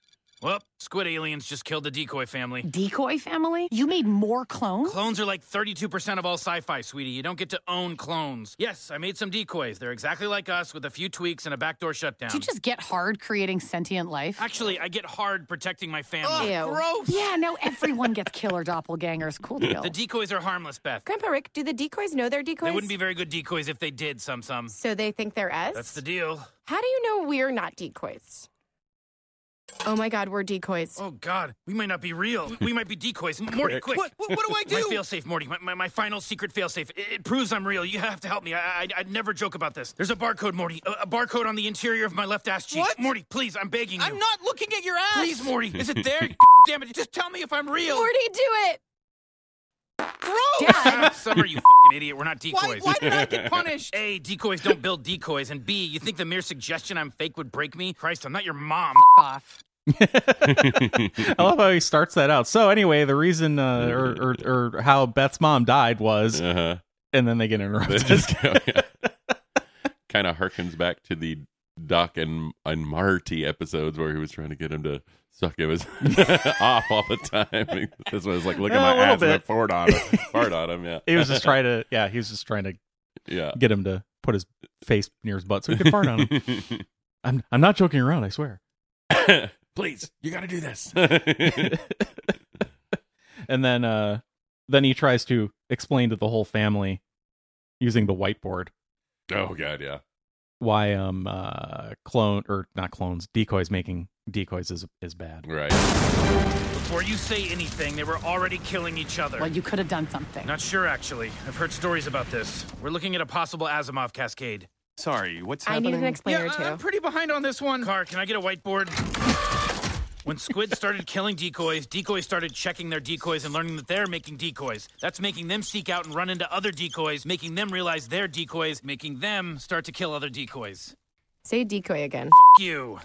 Well, squid aliens just killed the decoy family.
Decoy family? You made more clones?
Clones are like 32% of all sci fi, sweetie. You don't get to own clones. Yes, I made some decoys. They're exactly like us with a few tweaks and a backdoor shutdown.
Did you just get hard creating sentient life?
Actually, I get hard protecting my
Ugh,
family.
gross.
Yeah, no, everyone gets killer doppelgangers. Cool deal.
The decoys are harmless, Beth.
Grandpa Rick, do the decoys know they're decoys?
They wouldn't be very good decoys if they did, some some.
So they think they're us?
That's the deal.
How do you know we're not decoys? Oh my god, we're decoys.
Oh God, we might not be real. We- We might be decoys. M- Morty,
Quick.
quick!
What- what- what do I do?
My failsafe, Morty. My, my, my final secret failsafe. It, it proves I'm real. You have to help me. I, I I'd never joke about this. There's a barcode, Morty. A, a barcode on the interior of my left ass cheek.
What?
Morty, please, I'm begging you.
I'm not looking at your ass.
Please, Morty. Is it there? Damn it! Just tell me if I'm real.
Morty, do it!
Gross.
Dad!
Summer, you fucking idiot. We're not
Why,
decoys.
why did I get punished?
A, decoys don't build decoys, and B, you think the mere suggestion I'm fake would break me? Christ, I'm not your mom.
off.
I love how he starts that out. So anyway, the reason uh, or, or or how Beth's mom died was,
Uh-huh.
and then they get interrupted.
kind of harkens back to the Doc and and Marty episodes where he was trying to get him to suck him his off all the time. This was like, look at
Yeah, a
my
little
ass, and I
bit.
fart on him. Fart on him, yeah,
he was just trying to, yeah, he was just trying to
yeah.
get him to put his face near his butt so he could fart on him. I'm I'm not joking around. I swear.
Please, you got to do this.
and then uh then he tries to explain to the whole family using the whiteboard
oh god, yeah.
why um uh clone or not clones decoys making decoys is is bad.
Right.
Before you say anything, they were already killing each other.
Well, you could have done something.
Not sure, actually. I've heard stories about this. We're looking at a possible Asimov cascade.
Sorry, what's
I need
happening?
an explainer
Yeah, I- I'm
too.
pretty behind on this one.
Car, can I get a whiteboard? When squid started killing decoys, decoys started checking their decoys and learning that they're making decoys. That's making them seek out and run into other decoys, making them realize they're decoys, making them start to kill other decoys.
Say decoy again.
F- you.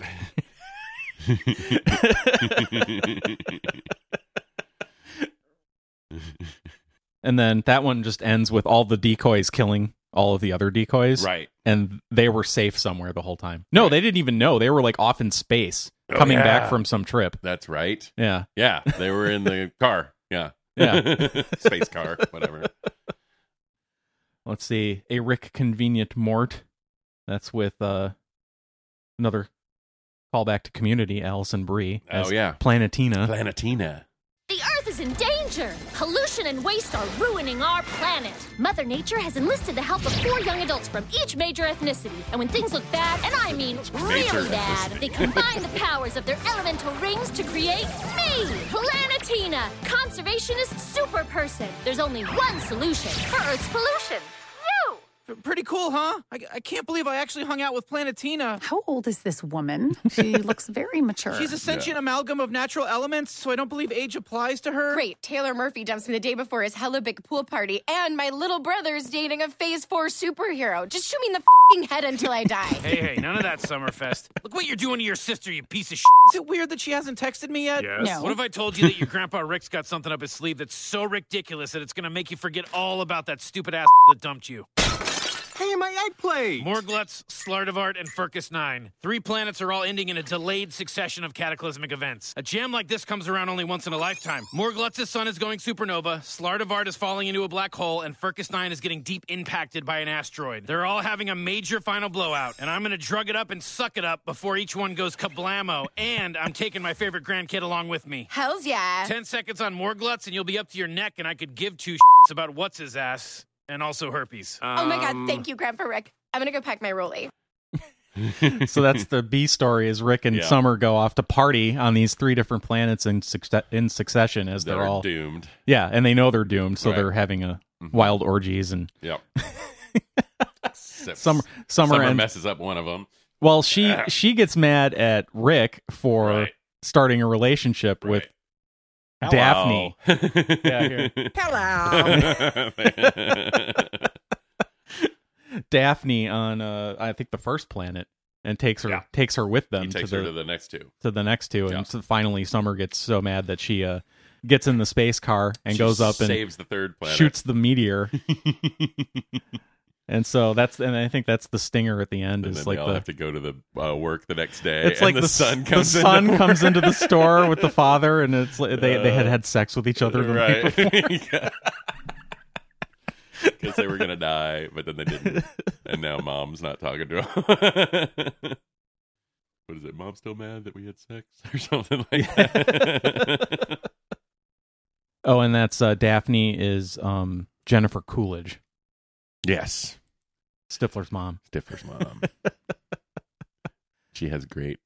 And then that one just ends with all the decoys killing all of the other decoys.
right.
And they were safe somewhere the whole time. No, they didn't even know. They were like off in space
Oh,
coming
yeah.
back from some trip.
That's right.
Yeah.
Yeah, they were in the car. Yeah.
Yeah.
Space car, whatever.
Let's see. A Rick Convenient Mort. That's with uh another callback to community, Allison Brie.
Oh
as
yeah.
Planetina.
Planetina.
The Earth is in danger! Pollution and waste are ruining our planet! Mother Nature has enlisted the help of four young adults from each major ethnicity, and when things look bad, and I mean really
Major
bad, they combine the powers of their elemental rings to create me! Planetina! Conservationist super person! There's only one solution for Earth's pollution! You!
Pretty cool, huh? I, I can't believe I actually hung out with Planetina.
How old is this woman? She looks very mature.
She's a sentient amalgam of natural elements, so I don't believe age applies to her.
Great, Taylor Murphy dumps me the day before his hella big pool party, and my little brother's dating a phase four superhero. Just shoot me in the fing head until I die.
Hey, hey, none of that Summerfest. Look what you're doing to your sister, you piece of shit.
Is it weird that she hasn't texted me yet?
Yes.
No.
What if I told you that your grandpa Rick's got something up his sleeve that's so ridiculous that it's going to make you forget all about that stupid ass that dumped you?
Hey, my egg plate.
Morgluts, Slardivart, and Furcus 9. Three planets are all ending in a delayed succession of cataclysmic events. A jam like this comes around only once in a lifetime. Morgluts' sun is going supernova, Slardivart is falling into a black hole, and Furcus 9 is getting deep impacted by an asteroid. They're all having a major final blowout, and I'm gonna drug it up and suck it up before each one goes kablamo, and I'm taking my favorite grandkid along with me.
Hell's yeah.
Ten seconds on Morgluts, and you'll be up to your neck, and I could give two shits about what's his ass, and also herpes.
Oh my
um,
god, thank you, Grandpa Rick. I'm gonna go pack my rolly.
so that's the B story is Rick and
Yeah.
Summer go off to party on these three different planets in succe- in succession as
That
they're
are
all
doomed.
yeah, and they know they're doomed, so
Right.
they're having a
Mhm.
wild orgies and
Yep.
Summer Summer,
Summer
and
messes up one of them.
well she she gets mad at Rick for
Right.
starting a relationship with Daphne.
Hello.
Yeah, here.
Hello.
Daphne on uh I think the first planet and takes her
Yeah.
takes her with them
he takes
to
her
the
to the next two.
to the next two,
Yeah.
and so finally Summer gets so mad that she uh, gets in the space car and
She
goes up and
saves the third planet.
shoots the meteor. and so that's and I think that's the stinger at the end
And then
is like
they all
the
have to go to the uh, work the next day.
it's
and
like
the,
s-
sun comes.
the sun
into
comes
work.
into the store with the father and it's like they they had had sex with each other the night
Uh, right.
before.
Because they were gonna die, but then they didn't, and now mom's not talking to him. what is it? Mom's still mad that we had sex or something like that.
Oh, and that's uh, Daphne is um, Jennifer Coolidge,
yes,
Stifler's mom.
Stifler's mom. she has great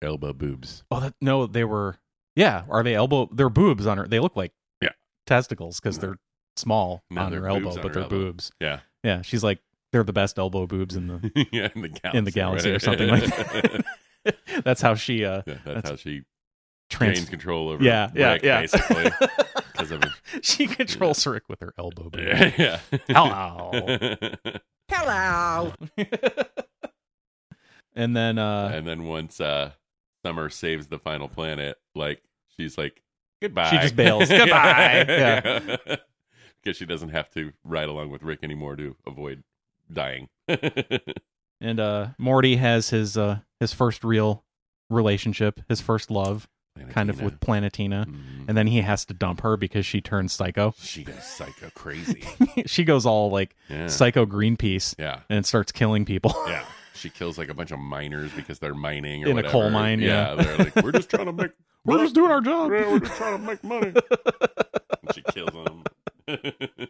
elbow boobs.
Oh that, no, they were. Yeah, are they elbow? They're boobs on her. They look like
Yeah.
testicles because they're small
No,
on
they're
her elbow,
boobs on
but
her
they're
elbow.
boobs.
Yeah.
yeah. She's like they're the best elbow boobs in the
yeah, in the galaxy,
in the galaxy
right?
or something like that. that's how she. Uh,
Yeah, that's,
that's-
how she
Trans-
gained control over.
Yeah, yeah,
Rick,
yeah.
Basically, because of
she controls Rick with her elbow. Boobs.
yeah.
Hello.
Hello.
and then uh,
and then once uh, Summer saves the final planet, like she's like goodbye.
She just bails. Goodbye. Yeah.
because she doesn't have to ride along with Rick anymore to avoid dying.
and uh, Morty has his uh, his first real relationship, his first love, kind of
Planetina. Mm-hmm.
with Planetina, and then he has to dump her because she turns psycho.
She goes psycho crazy.
she goes all like
Yeah.
psycho Greenpeace,
Yeah.
and starts killing people.
yeah. She kills like a bunch of miners because they're mining or
In a coal
whatever.
mine, yeah.
they're like, we're just trying to make.
We're just doing our job.
Yeah, we're just trying to make money. And she kills them.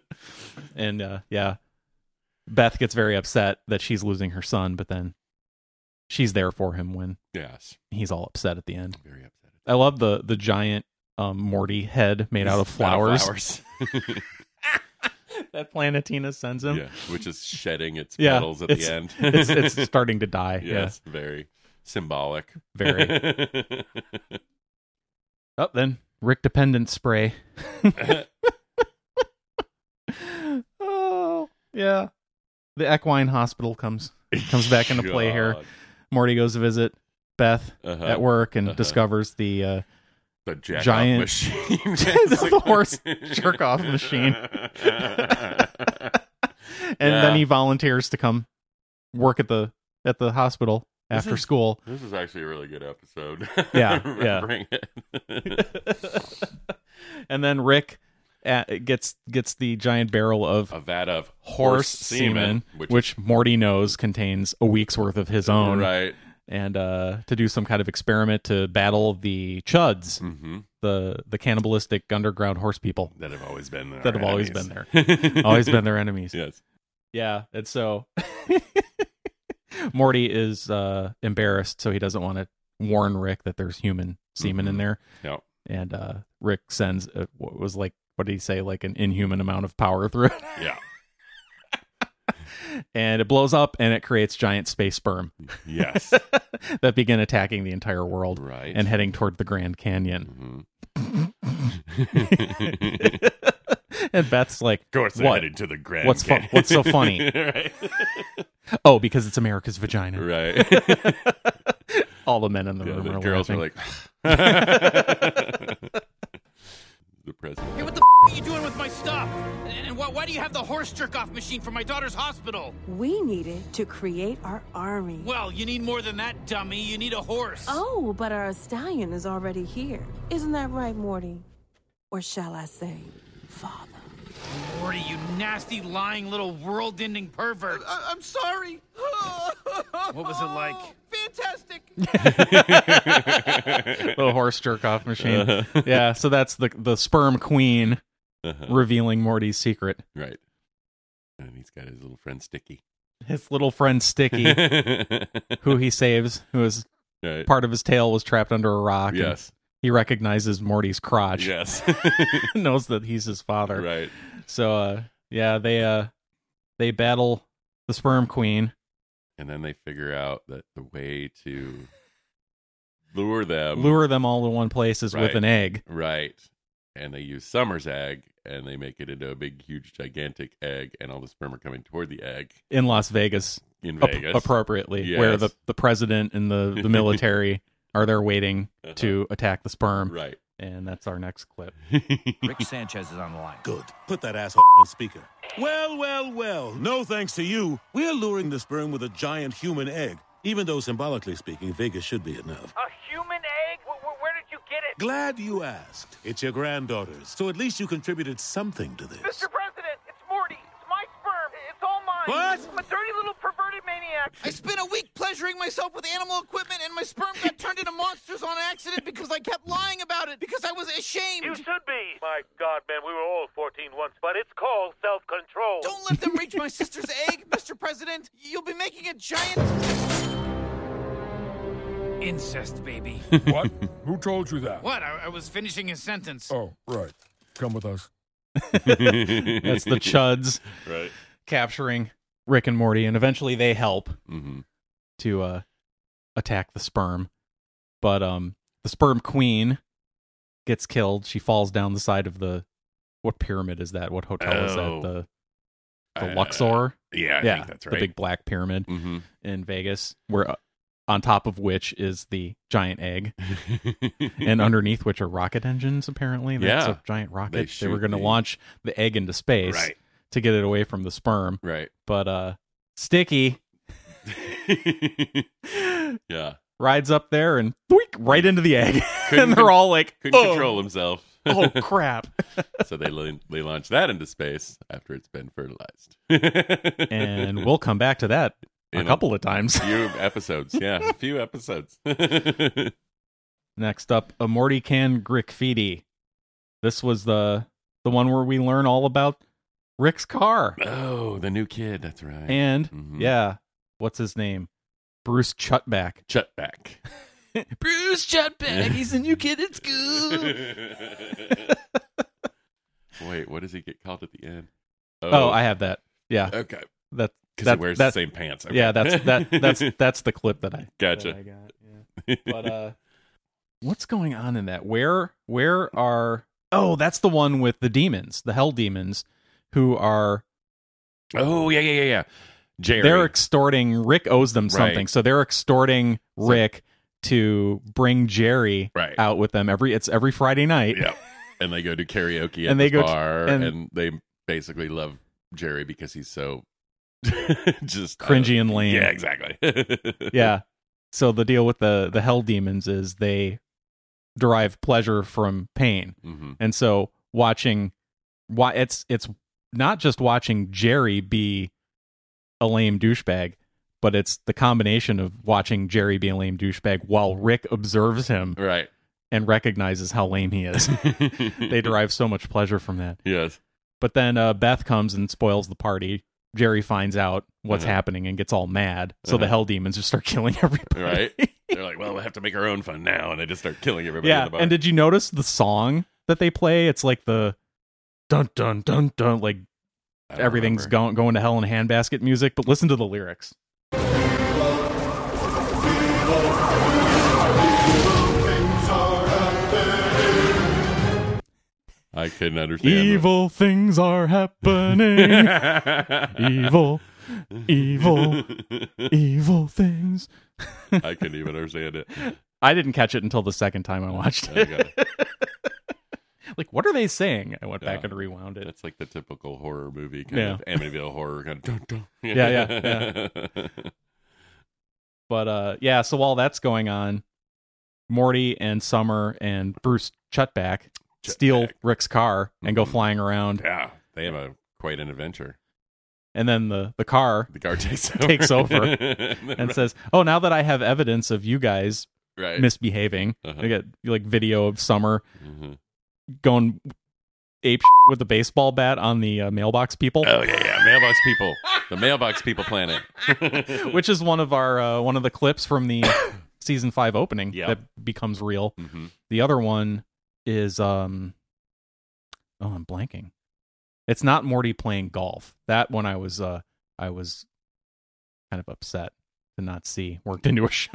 and uh, yeah, Beth gets very upset that she's losing her son, but then she's there for him when
yes,
he's all upset at the end.
very upset.
I love the the giant um, Morty head made out of flowers.
flowers.
that Planetina sends him.
yeah, which is shedding its
Yeah,
petals at
it's-
the end.
it's- it's starting to die, yeah.
Yes, very symbolic.
Very. Up Oh, then, Rick dependent spray. oh yeah, the equine hospital comes comes back into play here.
God.
Morty goes to visit Beth
Uh-huh,
at work and
uh-huh.
discovers the uh,
The jack-off
giant
machine.
the horse jerk off machine. and then
Yeah.
he volunteers to come work at the at the hospital
This
after
is-
school.
This is actually a really good episode.
Yeah, yeah.
Remembering it.
and then Rick uh gets gets the giant barrel of
a vat of
horse semen, which, Morty knows contains a week's worth of his own,
Right.
And uh, to do some kind of experiment to battle the chuds,
Mhm.
the the cannibalistic underground horse people
that have always been there.
that have always been there, always been their enemies.
Yes.
Yeah, and so Morty is uh, embarrassed, so he doesn't want to warn Rick that there's human semen in there.
Mm-hmm. Yep.
And uh, Rick sends uh, what was like, what did he say? Like an inhuman amount of power through it.
Yeah.
and it blows up, and it creates giant space sperm
Yes.
that begin attacking the entire world
Right.
and heading toward the Grand Canyon.
Mm-hmm.
and Beth's like,
Of course, they're
what?
headed to the Grand
What's fu-
Canyon."
what's so funny?
Right.
Oh, because it's America's vagina.
Right.
All the men in the
Yeah,
room
the
are
girls are
laughing.
like the president.
Hey, what the f- are you doing with my stuff? And, and why, why do you have the horse jerk-off machine for my daughter's hospital?
We needed to create our army.
Well, you need more than that, dummy. You need a horse.
Oh, but our stallion is already here. Isn't that right, Morty? Or shall I say, father?
Morty, you nasty, lying little world-ending pervert.
I- I'm sorry.
What was it like?
Fantastic.
the horse jerk off machine.
Uh-huh.
Yeah, so that's the the sperm queen
Uh-huh.
revealing Morty's secret.
Right. And he's got his little friend Sticky.
His little friend Sticky, who he saves, who is
Right.
part of his tail was trapped under a rock. and
Yes.
He recognizes Morty's crotch.
Yes.
knows that he's his father.
right.
So uh yeah, they uh they battle the sperm queen.
And then they figure out that the way to lure them
Lure them all to one place is with
Right.
an egg.
Right. And they use Summer's egg and they make it into a big, huge, gigantic egg, and all the sperm are coming toward the egg
in Las Vegas,
in
ap-
Vegas.
appropriately, where
Yes.
the, the president and the, the military are there waiting to attack the sperm.
Uh-huh. Right.
And that's our next clip.
Rick Sanchez is on the line. Good. Put that asshole on speaker. Well, well, well. No thanks to you. We're luring the sperm with a giant human egg. Even though symbolically speaking, Vegas should be enough.
A human egg? Where, where did you get it?
Glad you asked. It's your granddaughter's, so at least you contributed something to this.
Mr. President, it's Morty. It's my sperm. It's all mine.
What?
I'm a dirty little perverted maniac.
I spent a week pleasuring myself with animal equipment, and my sperm got turned into monsters on accident because I kept lying about it because I was ashamed.
You should be. My God, man, we were all 14 once, but it's called self-control.
Don't let them reach my sister's egg, Mr. President. You'll be making a giant.
Incest, baby.
What? Who told you that?
What? I, I was finishing his sentence.
Oh, right. Come with us.
That's the chuds
Right.
capturing Rick and Morty, and eventually they help
Mhm.
to uh, attack the sperm. But um, the sperm queen gets killed. She falls down the side of the what pyramid is that? What hotel is
Oh.
that? The the
Uh,
Luxor.
yeah, I
yeah,
think that's
The
right.
big black pyramid
Mhm.
in Vegas, where uh, on top of which is the giant egg, and underneath which are rocket engines. Apparently, that's
Yeah.
a giant rocket.
They
They, were
shoot
going to
the-
launch the egg into space
Right.
to get it away from the sperm.
Right.
But uh, Sticky
Yeah.
rides up there and thwoink, right into the egg,
Couldn't
and they're
con-
all like,
couldn't
"Oh."
control himself.
oh crap!
so they la- they launch that into space after it's been fertilized.
and we'll come back to that a
In
couple of times.
few episodes, yeah, a few episodes.
Next up, a Morty Can Grickfeedy. This was the the one where we learn all about Rick's car.
oh, the new kid. That's right.
And
Mhm.
yeah, what's his name? Bruce Chutback.
Chutback.
Bruce Chutback. He's a new kid at school.
Wait, what does he get called at the end?
Oh, I have that. Yeah.
Okay.
That
'Cause he
that-
wears
that-
the same pants. Okay.
Yeah, that's that that's that's the clip that I
Gotcha.
that I got, yeah. But uh what's going on in that? Where where are Oh, that's the one with the demons, the hell demons who are
Oh yeah, yeah, yeah, yeah. Jerry.
They're extorting. Rick owes them something,
Right.
so they're extorting Rick to bring Jerry
Right.
out with them every. It's every Friday night.
Yeah. And they go to karaoke at
And they
the
go to-
bar,
and-
and, they basically love Jerry because he's so just I don't-
Cringy and lame.
Yeah, exactly.
yeah. So the deal with the the hell demons is they derive pleasure from pain,
Mhm.
and so watching why it's it's not just watching Jerry be a lame douchebag, but it's the combination of watching Jerry be a lame douchebag while Rick observes him
right
and recognizes how lame he is. they derive so much pleasure from that.
Yes.
But then uh, Beth comes and spoils the party. Jerry finds out what's
Uh-huh.
happening and gets all mad. So the
Uh-huh.
hell demons just start killing everybody.
Right? They're like, well, we'll have to make our own fun now, and they just start killing everybody.
yeah.
in the bar.
And did you notice the song that they play? It's like the dun dun dun dun, like
don't
everything's going going to hell in a handbasket music. But listen to the lyrics.
I couldn't understand. them.
Evil things are happening. evil, evil, evil things.
I couldn't even understand it.
I didn't catch it until the second time I watched
I got
it. like, what are they saying? I went back and rewound it.
It's like the typical horror movie kind
Yeah.
of Amityville horror kind of. Dun, dun.
Yeah,
yeah.
But uh, yeah, so while that's going on, Morty and Summer and Bruce Chutback steal Rick's car and go flying around.
Mm-hmm. yeah, they have a quite an adventure.
And then the, the car
The car takes over.
takes over
And then-
and says, "Oh, now that I have evidence of you guys
Right.
misbehaving,
Uh-huh.
I got like video of Summer
Mhm.
going ape with a baseball bat on the uh, mailbox people."
Oh yeah, yeah, mailbox people, the mailbox people planet.
which is one of our uh, one of the clips from the season five opening
Yeah.
that becomes real.
Mhm.
The other one is um oh I'm blanking. It's not Morty playing golf. That one I was uh I was kind of upset to not see worked into a show.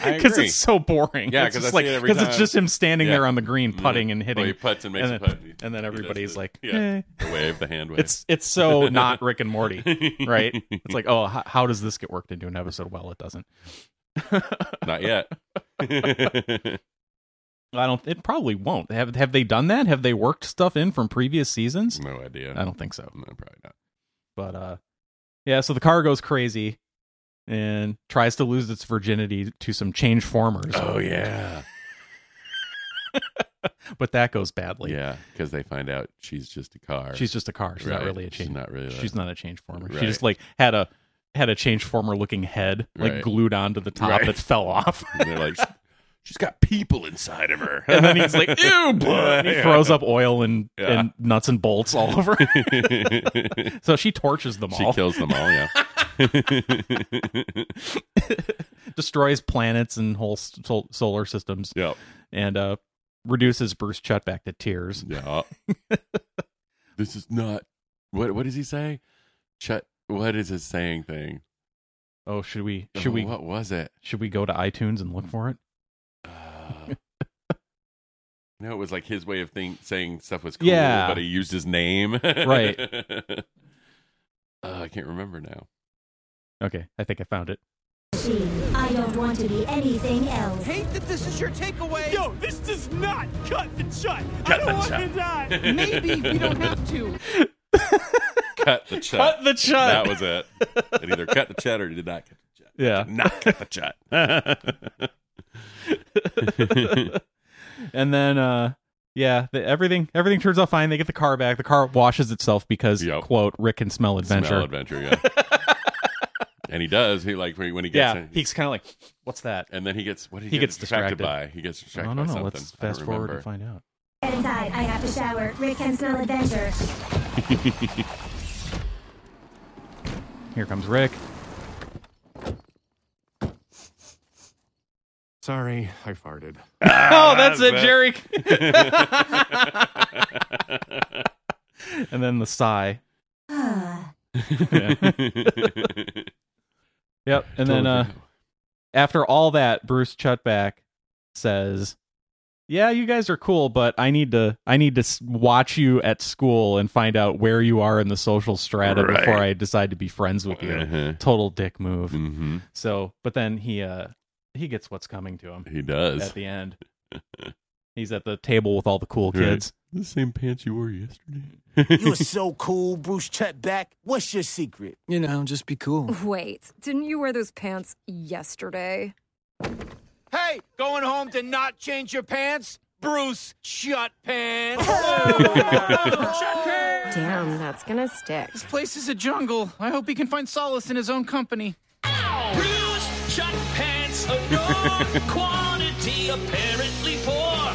I
Because
agree.
it's so boring.
Yeah,
It's
'cause
just
I see
like
it every
because it's
time.
just him standing
Yeah.
there on the green
Mhm.
putting and hitting.
Well, he putts and makes
and
a
then,
putt. He-
and then
he does
everybody's
the-
like,
yeah,
eh.
the wave, the hand wave.
It's it's so not Rick and Morty, right? It's like, oh, how, how does this get worked into an episode? Well, it doesn't.
not yet.
I don't. It probably won't. Have Have they done that? Have they worked stuff in from previous seasons?
no idea.
I don't think so.
No, probably not.
But uh, yeah. So the car goes crazy and tries to lose its virginity to some change formers.
Oh yeah,
but that goes badly.
yeah. Because they find out she's just a car.
She's just a car. She's not
Right.
really a
She's
change.
not really
She's
that.
not a change former. She
Right.
just like had a had a change former looking head like
Right.
glued onto the top
Right.
that fell off.
And they're like, she's got people inside of her.
and then he's like, ew, blood. And he throws up oil and,
Yeah.
and nuts and bolts all over. so she torches them
She
all.
kills them all. Yeah.
destroys planets and whole s- sol- solar systems.
Yep.
And uh, reduces Bruce Chutback to tears.
Yeah. this is not. What What does he say? Chut. What is his saying thing?
Oh, should we? Should we?
What was it?
Should we go to iTunes and look for it?
No, it was like his way of think, saying stuff was cool,
Yeah.
but he used his name.
Right.
uh, I can't remember now.
Okay, I think I found it.
I don't want to be anything else.
Hate that this is your takeaway.
Yo, this does not cut the chut.
Cut
I don't
the
want
chut.
to die.
Maybe we don't have
to.
Cut the chat.
Cut the
That
chat.
was it. It either cut the chat or it did not cut the chat.
Yeah.
Did not cut the chat.
and then uh yeah the, everything everything turns out fine they get the car back the car washes itself because quote rick can smell adventure
Smell adventure, yeah. and he does. He like when he gets
yeah he's kind of like what's that
and then he gets what did he,
He
get
gets
distracted,
distracted.
by? He gets distracted
I don't
by
know.
something.
Let's
I don't
fast forward
remember.
and find out.
Get inside. I have to shower. Rick can smell adventure.
here comes rick
Sorry, I farted.
Ah,
oh that's it jerry and then the sigh
Ah.
Yeah. yep and then
Totally
uh after all that bruce chutback says yeah you guys are cool but i need to i need to s- watch you at school and find out where you are in the social strata
Right.
before i decide to be friends with you
Uh-huh.
total dick move
Mhm.
so but then he uh he gets what's coming to him
He does.
at the end he's at the table with all the cool kids
The same pants you wore yesterday.
you are so cool, Bruce Chetback. What's your secret?
You know, just be cool.
Wait, didn't you wear those pants yesterday?
Hey, going home to not change your pants? Bruce, shut pants.
Damn, that's gonna stick.
This place is a jungle. I hope he can find solace in his own company.
Bruce Chuck Pants adore. Quantity apparently poor.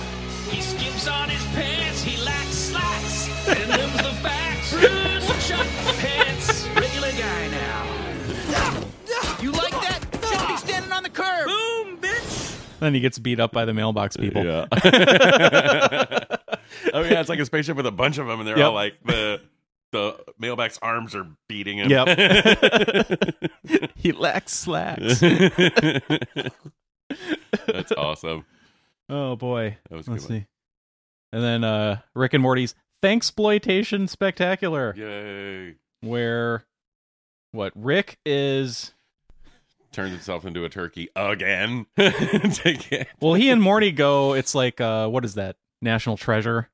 He skips on his pants, he lacks slacks. And them's the facts. Bruce Chuck Pants. Regular guy now.
You like that? Should be standing on the curb.
Boom, bitch.
then he gets beat up by the mailbox people yeah
Uh, oh yeah, it's like a spaceship with a bunch of them, and they're
Yep.
all like the the mailback's arms are beating him.
Yep. He lacks slacks.
That's awesome.
Oh boy.
That was a
Let's
good one.
see. And then uh Rick and Morty's Thanxploitation Spectacular.
Yay!
Where what Rick is
Turns himself into a turkey again. Take it.
well he and Morty go it's like uh what is that? National treasure.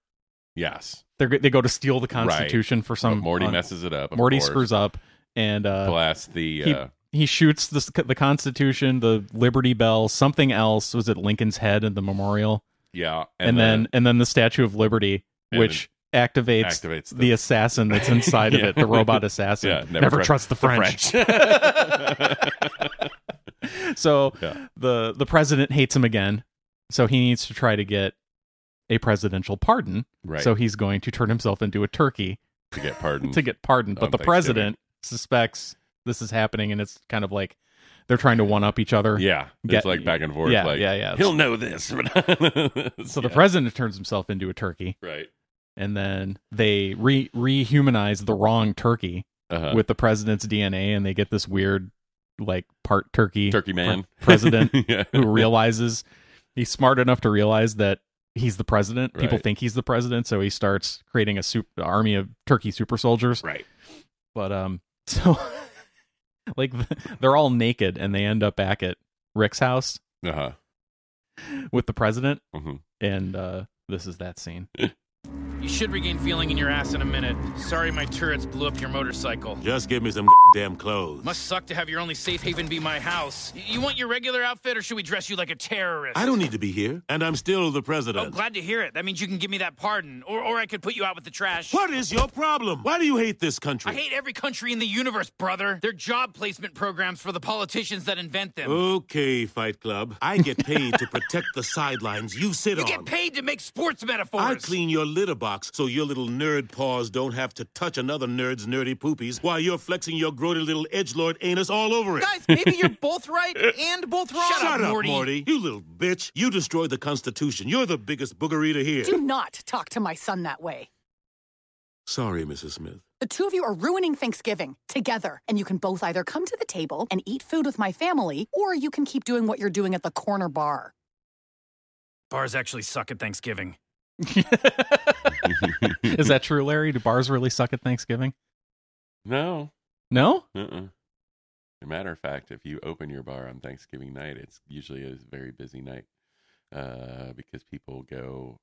Yes.
They they go to steal the constitution for some
But Morty
on-
messes it up, of
Morty
course.
screws up and uh
Blasts the,
he,
uh,
he shoots the the constitution, the liberty bell, something else was it Lincoln's head and the memorial.
Yeah,
and, then, and then the Statue of Liberty,
And
which
then
activates,
activates
the, assassin that's inside of it,
Yeah.
the robot assassin.
Yeah,
never
tru-
trust the French. so
Yeah.
the the president hates him again, so he needs to try to get a presidential pardon.
Right.
So he's going to turn himself into a turkey
To get pardoned
to get pardoned.
on
But the
Thanksgiving.
president suspects this is happening, and it's kind of like they're trying to one up each other.
Yeah, it's
Get-
like back and forth.
Yeah,
like,
yeah, yeah.
He'll know this. so
So
the
the president turns himself into a turkey.
Right.
And then they re rehumanize the wrong turkey
Uh-huh.
with the president's DNA and they get this weird like part turkey
Turkey man.
president
Yeah.
who realizes he's smart enough to realize that he's the president. People
Right.
think he's the president, so he starts creating a sup- army of turkey super soldiers.
Right.
But um so like they're all naked and they end up back at Rick's house
uh-huh.
with the president.
Mhm.
And uh this is that scene.
You should regain feeling in your ass in a minute. Sorry, my turrets blew up your motorcycle.
Just give me some damn clothes.
Must suck to have your only safe haven be my house. Y- You want your regular outfit, or should we dress you like a terrorist?
I don't need to be here, and I'm still the
Oh,
president.
glad to hear it. That means you can give me that pardon, or or I could put you out with the trash.
What is your problem? Why do you hate this country?
I hate every country in the universe, brother. They're job placement programs for the politicians that invent them.
Okay, Fight Club. I get paid to protect the sidelines you sit
you
on.
get paid to make sports metaphors.
I clean your litter box so your little nerd paws don't have to touch another nerd's nerdy poopies while you're flexing your grody little edgelord anus all over it.
Guys, maybe you're both right and both wrong.
Shut up, Morty. You little bitch. You destroyed the Constitution. You're the biggest booger eater here.
Do not talk to my son that way.
Sorry, Mrs. Smith.
The two of you are ruining Thanksgiving together, and you can both either come to the table and eat food with my family, or you can keep doing what you're doing at the corner bar.
Bars actually suck at Thanksgiving.
Is that true, Larry? Do bars really suck at Thanksgiving?
No.
No?
Uh-uh. As a matter of fact, if you open your bar on Thanksgiving night, it's usually a very busy night uh, because people go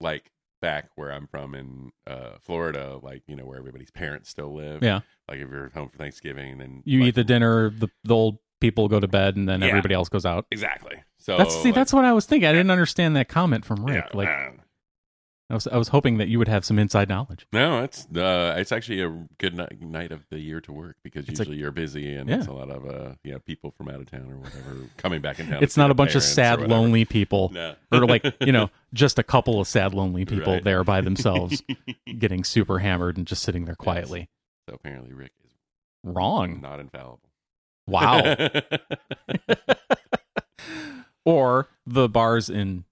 like back where I'm from in uh, Florida, like you know where everybody's parents still live.
Yeah.
Like if you're home for Thanksgiving, then
You
like,
eat the dinner, the, the old people go to bed, and then
Yeah.
everybody else goes out.
exactly. So
that's see,
like,
that's what I was thinking. I didn't understand that comment from Rick.
Yeah,
like,
uh,
I was I was hoping that you would have some inside knowledge.
no, it's uh, it's actually a good ni- night of the year to work because
It's a-
usually you're busy and
Yeah.
it's a lot of uh, yeah people from out of town or whatever coming back in town. to
It's
see
not
their
a bunch of
parents or
sad,
whatever.
lonely people,
No.
or like you know, just a couple of sad, lonely people
Right.
there by themselves, getting super hammered and just sitting there quietly.
So apparently Rick is
Wrong.
not infallible.
Wow. or the bars in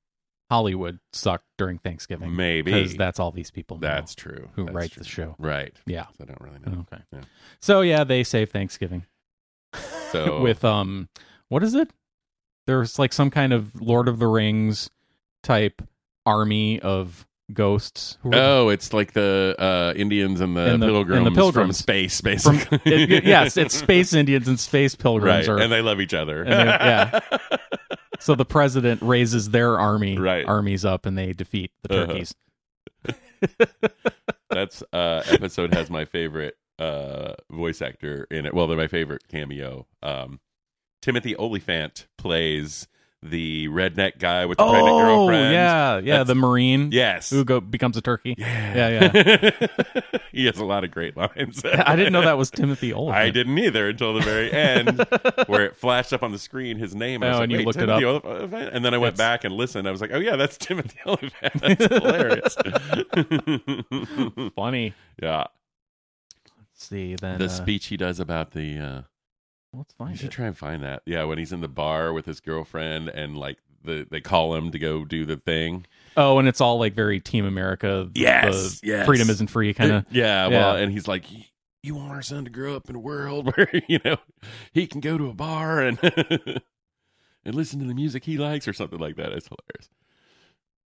Hollywood suck during Thanksgiving.
Maybe.
because that's all these people. know
That's true.
Who
That's
write
true.
the show?
Right.
Yeah.
So I don't really know.
Okay.
Yeah.
So yeah, they save Thanksgiving.
So
with um what is it there's like some kind of lord of the rings type army of ghosts who are-
Oh, it's like the uh, Indians and the,
And the- and the
pilgrims from
pilgrims.
space,
from,
basically.
it- yes it's space indians and space
right,
pilgrims are
and they love each other.
and they- yeah so the president raises their army armies up and they defeat the
Uh-huh.
turkeys
That's uh, episode has my favorite uh, voice actor in it. Well, they're my favorite cameo. Um, Timothy Olyphant plays the redneck guy with the pregnant
oh
girlfriend.
yeah yeah
That's-
the marine
Yes.
who go, becomes a turkey yeah yeah
he has a lot of great lines.
I didn't know that was Timothy Olyphant.
I didn't either until the very end, where it flashed up on the screen his name. I was
Oh,
like,
and you
"Wait,
looked it
Timothy
up."
Olyphant?" And then I went
It's-
back and listened. I was like, "Oh yeah, that's Timothy Olyphant. That's hilarious."
Funny.
Yeah.
Let's see then
the
uh,
speech he does about the. Uh,
let's
you
find
should
it
try and find that. Yeah, when he's in the bar with his girlfriend, and like the they call him to go do the thing.
Oh, and it's all like very Team America.
Yes,
the
yes.
Freedom isn't free, kind of.
Yeah, well, and he's like, "You- "You want our son to grow up in a world where you know he can go to a bar and and listen to the music he likes or something like that." It's hilarious.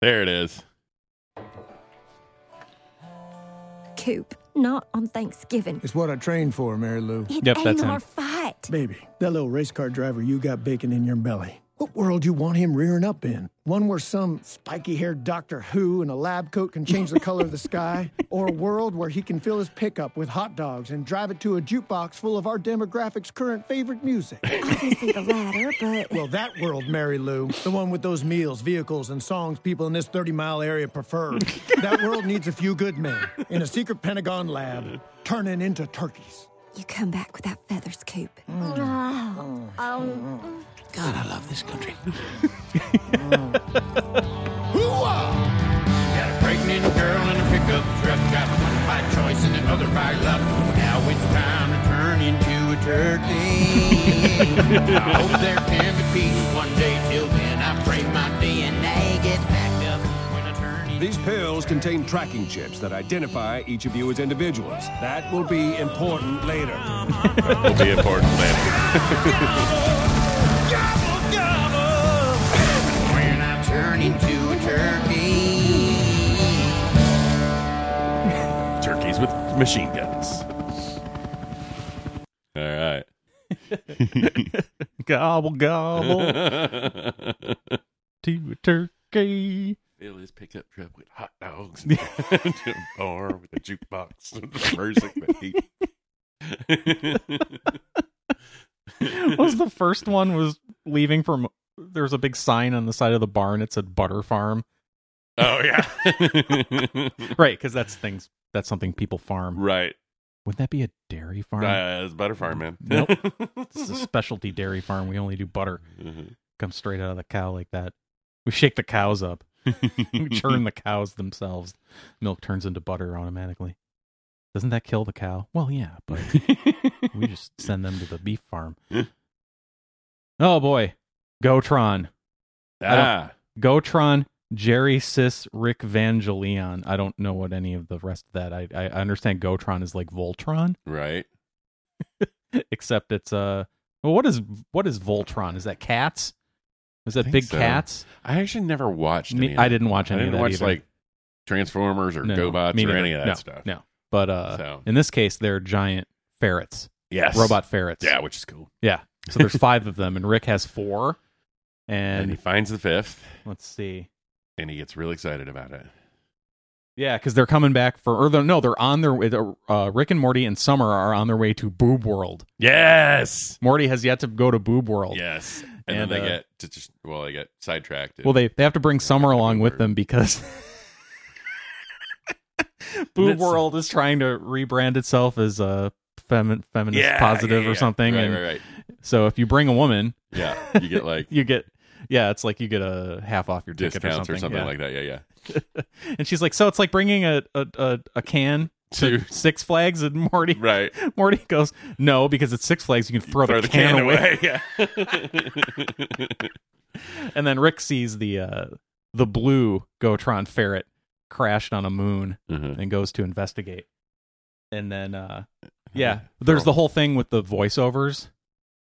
There it is.
Coop, not on Thanksgiving.
It's what I trained for, Mary Lou.
It ain't our fight.
Baby, that little race car driver you got baking in your belly. What world you want him rearing up in? One where some spiky-haired Doctor Who in a lab coat can change the color of the sky, or a world where he can fill his pickup with hot dogs and drive it to a jukebox full of our demographic's current favorite music.
Obviously the latter, but
Well, that world, Mary Lou, the one with those meals, vehicles, and songs people in this 30 mile area prefer, that world needs a few good men in a secret Pentagon lab turning into turkeys.
you come back without feathers, Coop.
Mm.
Ah,
Uh. Um,
God, I love this country.
Got a pregnant girl in a pickup truck. Got one by choice and the other by luck. Now it's time to turn into a turkey. I hope there can be peace one day. Till then, I pray my DNA gets backed up.
These pills contain tracking chips that identify each of you as individuals. That will be important later.
It'll be important
later.
When I turn into a turkey.
Turkeys with machine guns. All right.
gobble gobble to a turkey.
Fill his pickup truck with hot dogs and to a bar with a jukebox and the music that he.
What was the first one was leaving from? There was a big sign on the side of the barn. It said Butter Farm.
Oh yeah.
right, because that's things. That's something people farm.
Right.
Wouldn't that be a dairy farm?
Uh, it's butter farm, man.
Nope. it's a specialty dairy farm. We only do butter.
Mm-hmm.
Comes straight out of the cow like that. We shake the cows up. we churn the cows themselves. Milk turns into butter automatically. Doesn't that kill the cow? Well, yeah, but we just send them to the beef farm. oh boy, Gotron. I don't-
Ah.
Gotron, Jerry Sis, Rick Vangelion. I don't know what any of the rest of that. I I I understand Gotron is like Voltron,
right?
Except it's uh, well, what is what is Voltron? Is that cats? Is that big
so.
cats?
I actually never watched.
Me-
any of
I
that.
didn't watch
I
any of
didn't
that
watch
either.
like Transformers or
No,
GoBots
me
or
neither.
any of that
No,
stuff.
No, but uh,
So.
in this case, they're giant ferrets.
Yes.
robot ferrets.
Yeah, which is cool.
Yeah. So there's five of them, and Rick has four.
And,
And
he finds the fifth.
Let's see.
And he gets real excited about it.
yeah, because they're coming back for, or they're, no, they're on their way. Uh, Rick and Morty and Summer are on their way to Boob World.
Yes.
Morty has yet to go to Boob World.
Yes. And,
And,
then they
uh,
get to just well, they get sidetracked. and-
Well, they they have to bring Summer along with them because Boob
That's-
World is trying to rebrand itself as a femi- feminist
Yeah,
positive
yeah, yeah.
or something.
Right,
and
right, right.
So if you bring a woman,
Yeah, you get, like-
you get yeah, it's like you get a half off your ticket
discounts
or something, yeah.
like that. Yeah, yeah.
And she's like, so it's like bringing a a, a, a can to Six Flags, and Morty
right.
Morty goes, no, because it's Six Flags, you can throw, the, can, away.
Yeah.
and then Rick sees the uh, the blue Gotron ferret crashed on a moon
Mm-hmm.
and goes to investigate. And then, uh, yeah, there's the whole thing with the voiceovers.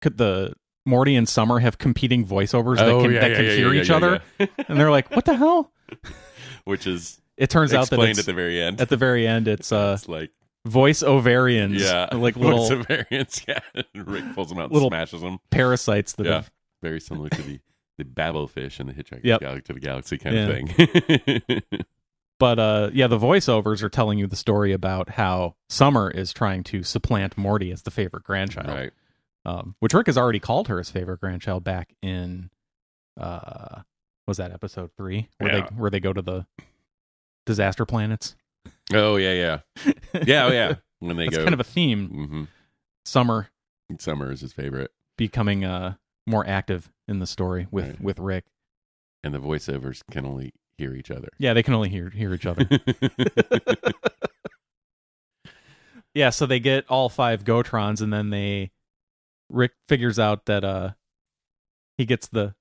Could the Morty and Summer have competing voiceovers
Oh,
that can
yeah,
that
yeah,
can
yeah,
hear
yeah,
each
yeah,
other? and they're like, "What the hell?"
Which is
It turns out that
explained
it's-
at the very end.
At the very end, it's uh,
like
voice ovarians.
yeah,
like little
What's the variance? Yeah, Rick pulls them out, and
little
smashes them.
parasites that
yeah,
have-
very similar to the the babble fish and the Hitchhiker's
Yep.
Gal- to the Galaxy kind
Yeah.
of thing.
But uh, yeah, the voiceovers are telling you the story about how Summer is trying to supplant Morty as the favorite grandchild,
right?
Um, which Rick has already called her his favorite grandchild back in, uh, was that episode three where
Yeah.
they where they go to the disaster planets?
oh yeah, yeah, yeah, oh, yeah. When they
That's
go, mm.
kind of a theme. Summer
Summer is his favorite,
becoming uh more active in the story with
Right.
with Rick.
and the voiceovers can only hear each other.
Yeah, they can only hear hear each other. yeah, so they get all five Gotrons, and then they Rick figures out that uh he gets the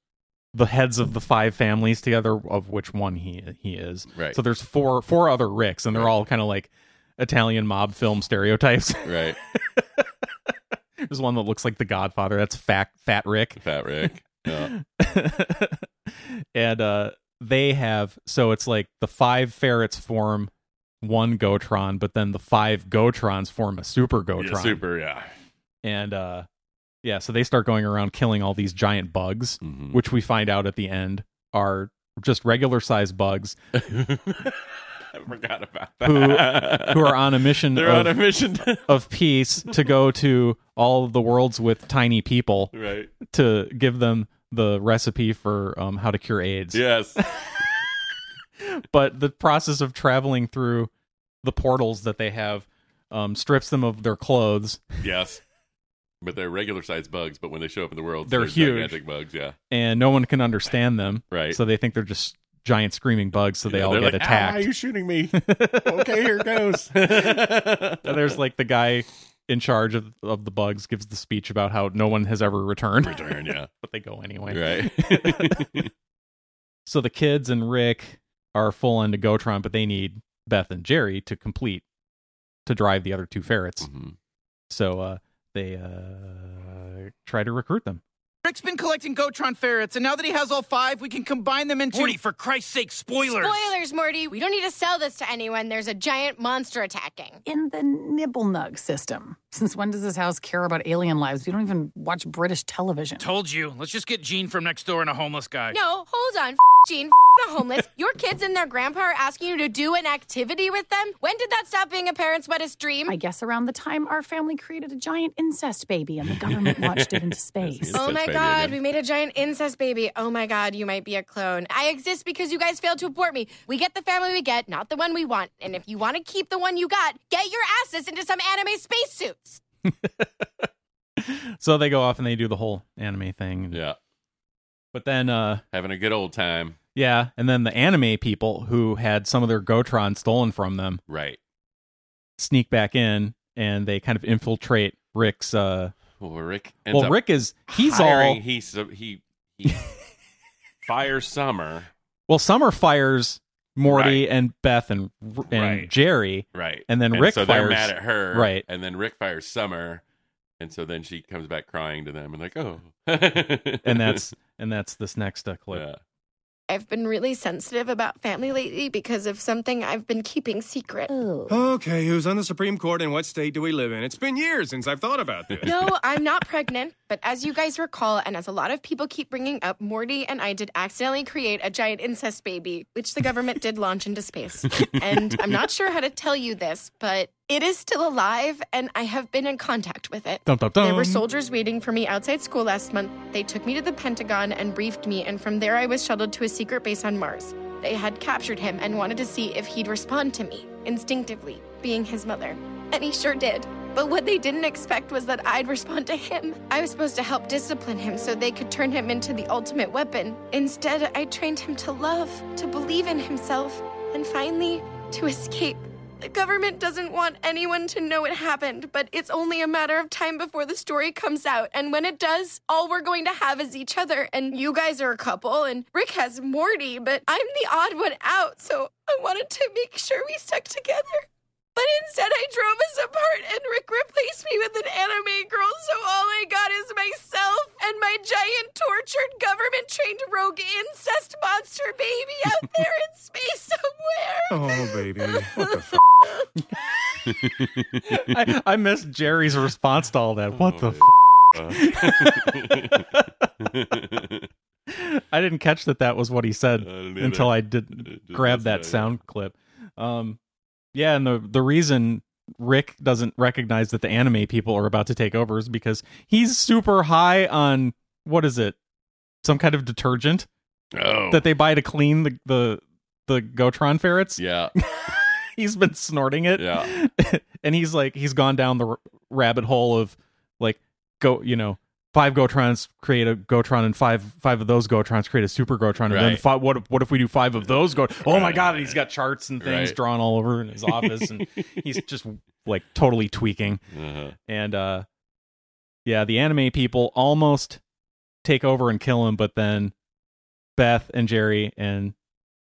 the heads of the five families together, of which one he he is.
Right.
So there's four four other Ricks, and they're all kind of like Italian mob film stereotypes.
Right.
there's one that looks like The Godfather. That's Fat Fat Rick.
Fat Rick. Yeah.
and uh they have so it's like the five ferrets form one gotron but then the five gotrons form a super gotron
Yeah, super, yeah.
and uh yeah so they start going around killing all these giant bugs
Mm-hmm.
which we find out at the end are just regular sized bugs
I forgot about that.
who who are on a mission
They're
of,
on a mission.
of peace to go to all of the worlds with tiny people
Right.
to give them the recipe for um, how to cure AIDS
yes.
but the process of traveling through the portals that they have um, strips them of their clothes
Yes. But they're regular sized bugs, but when they show up in the world,
They're huge.
gigantic bugs, yeah.
and no one can understand them
Right.
so they think they're just giant screaming bugs so they
Yeah,
all
they're
get
like, "Ah,
attacked
Why are you shooting me? okay, here goes.
And there's like the guy in charge of, of the bugs gives the speech about how no one has ever returned.
Return, yeah.
but they go anyway.
Right.
so the kids and Rick are full into Gotron, but they need Beth and Jerry to complete to drive the other two ferrets.
Mm-hmm.
So uh, they uh, try to recruit them.
Rick's been collecting Gotron ferrets, and now that he has all five, we can combine them into. Morty,
for Christ's sake, spoilers!
Spoilers, Morty. We don't need to sell this to anyone. There's a giant monster attacking.
in the nibble nug system. Since when does this house care about alien lives? We don't even watch British television.
Told you. Let's just get Gene from next door and a homeless guy.
No, hold on, f- Gene. F- the homeless. Your kids and their grandpa are asking you to do an activity with them. When did that stop being a parent's wettest dream?
I guess around the time our family created a giant incest baby and the government launched it into space.
Oh my god, we made a giant incest baby. Oh my god, you might be a clone. I exist because you guys failed to abort me. We get the family we get, not the one we want. And if you want to keep the one you got, get your asses into some anime spacesuits.
So they go off and they do the whole anime thing.
Yeah.
But then uh,
Having a good old time.
Yeah, and then the anime people who had some of their Gotron stolen from them,
Right.
sneak back in and they kind of infiltrate Rick's. Uh,
well, Rick. ends
Well,
up
Rick is he's
hiring-
all
he so he he fires Summer.
well. Summer fires Morty and Beth and and
Right.
Jerry,
Right.
And then Rick
so
fires
they're mad at her.
right?
And then Rick fires Summer. And so then she comes back crying to them and like, oh.
and that's and that's this next uh, clip.
I've been really sensitive about family lately because of something I've been keeping secret.
Oh.
Okay, who's on the Supreme Court and what state do we live in? It's been years since I've thought about this.
No, I'm not pregnant, but as you guys recall, and as a lot of people keep bringing up, Morty and I did accidentally create a giant incest baby, which the government did launch into space. And I'm not sure how to tell you this, but it is still alive, and I have been in contact with it.
Dum, dum, dum.
There were soldiers waiting for me outside school last month. They took me to the Pentagon and briefed me, and from there I was shuttled to a secret base on Mars. They had captured him and wanted to see if he'd respond to me, instinctively, being his mother. And he sure did. But what they didn't expect was that I'd respond to him. I was supposed to help discipline him so they could turn him into the ultimate weapon. Instead, I trained him to love, to believe in himself, and finally, to escape. The government doesn't want anyone to know it happened, but it's only a matter of time before the story comes out. And when it does, all we're going to have is each other. And you guys are a couple, and Rick has Morty, but I'm the odd one out, so I wanted to make sure we stuck together. But instead, I drove us apart, and Rick replaced me with an anime girl, so all I got is myself and my giant, tortured, government trained rogue incest monster baby out there in space somewhere.
Oh, baby. What the f-
I, I missed Jerry's response to all that. What the f? I didn't catch that that was what he said
didn't either.
until I did
Just
grab
missed
that
that, yeah.
sound clip. Um, yeah, and the the reason Rick doesn't recognize that the anime people are about to take over is because he's super high on what is it? Some kind of detergent
Oh.
that they buy to clean the the the Gotron ferrets.
Yeah.
he's been snorting it.
Yeah.
and he's like he's gone down the r- rabbit hole of like go, you know, five Gotrons create a Gotron and five five of those Gotrons create a super Gotron and then
Right.
five, what if- what if we do five of those Go Oh my god, and he's got charts and things
Right.
drawn all over in his office and he's just like totally tweaking.
Uh-huh.
And uh yeah, the anime people almost take over and kill him, but then Beth and Jerry and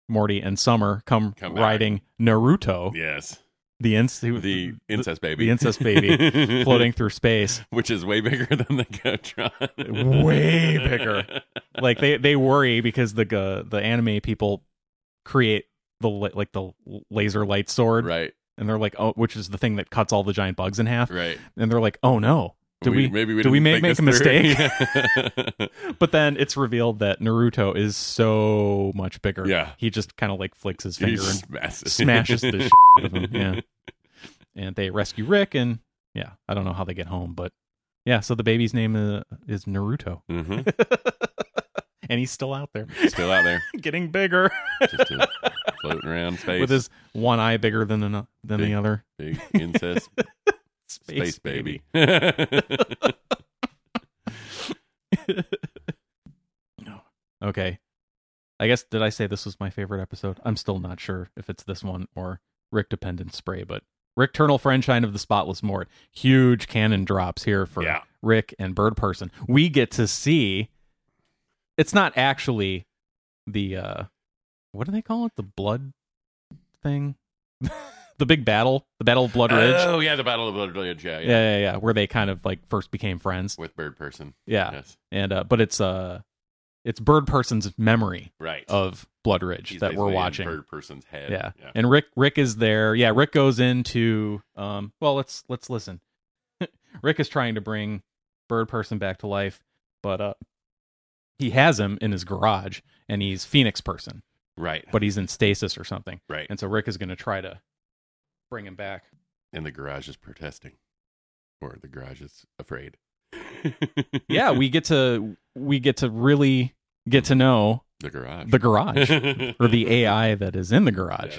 Morty and Summer come,
Come back.
riding Naruto.
Yes.
The ins- the,
The incest baby.
the incest baby floating through space.
Which is way bigger than the Gotron.
Way bigger. Like they they worry because the uh, the anime people create the la- like the laser light sword.
Right.
And they're like, "Oh, which is the thing that cuts all the giant bugs in half."
Right.
And they're like, "Oh no. Did we,
maybe
do we make,
didn't
make a
think this through.
mistake?"
Yeah.
but then it's revealed that Naruto is so much bigger.
Yeah.
He just kind of like flicks his
He
finger and
just smashes.
smashes the shit out of him. Yeah. And they rescue Rick and yeah, I don't know how they get home, but yeah, so the baby's name uh, is Naruto.
Mm-hmm.
and he's still out there.
Still out there.
Getting bigger.
Just uh, floating around space.
With his one eye bigger than the, than the other.
Big incest
Space
space, baby.
Okay. I guess did I say this was my favorite episode? I'm still not sure if it's this one or Rick Dependent Spray, but Rick Turnal Friendshine of the Spotless Mort. Huge cannon drops here for
Yeah.
Rick and Bird Person. We get to see it's not actually the uh what do they call it? The blood thing? the big battle, the Battle of Blood Ridge.
Oh yeah, the Battle of Blood Village. Yeah,
yeah.
yeah.
yeah, yeah, Where they kind of like first became friends.
With Bird Person.
Yeah.
Yes.
And uh but it's uh it's Bird Person's memory
Right.
of Blood Ridge
He's
that
basically
we're
in
watching.
Bird Person's head.
Yeah.
Yeah.
And Rick Rick is there. Yeah, Rick goes into um well let's let's listen. Rick is trying to bring Bird Person back to life, but uh he has him in his garage and he's Phoenix Person.
Right.
But he's in stasis or something.
Right.
And so Rick is gonna try to bring him back.
And the garage is protesting, or the garage is afraid.
yeah, we get to we get to really get to know
The garage.
the garage or the AI that is in the garage.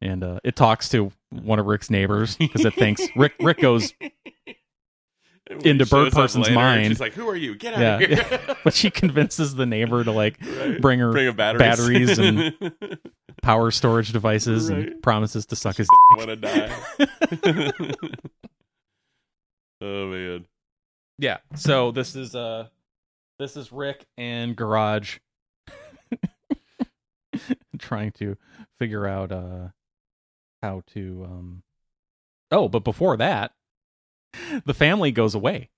And uh, it talks to one of Rick's neighbors because it thinks Rick Rick goes
When
into
he
bird
shows up
person's
later,
mind.
She's like, "Who are you? Get out of here!"
but she convinces the neighbor to like
Right.
bring her
Bring her batteries.
batteries and power storage devices and promises to suck his
want to die. oh man.
Yeah. So this is uh this is Rick and Garage trying to figure out uh how to um Oh, but before that, the family goes away.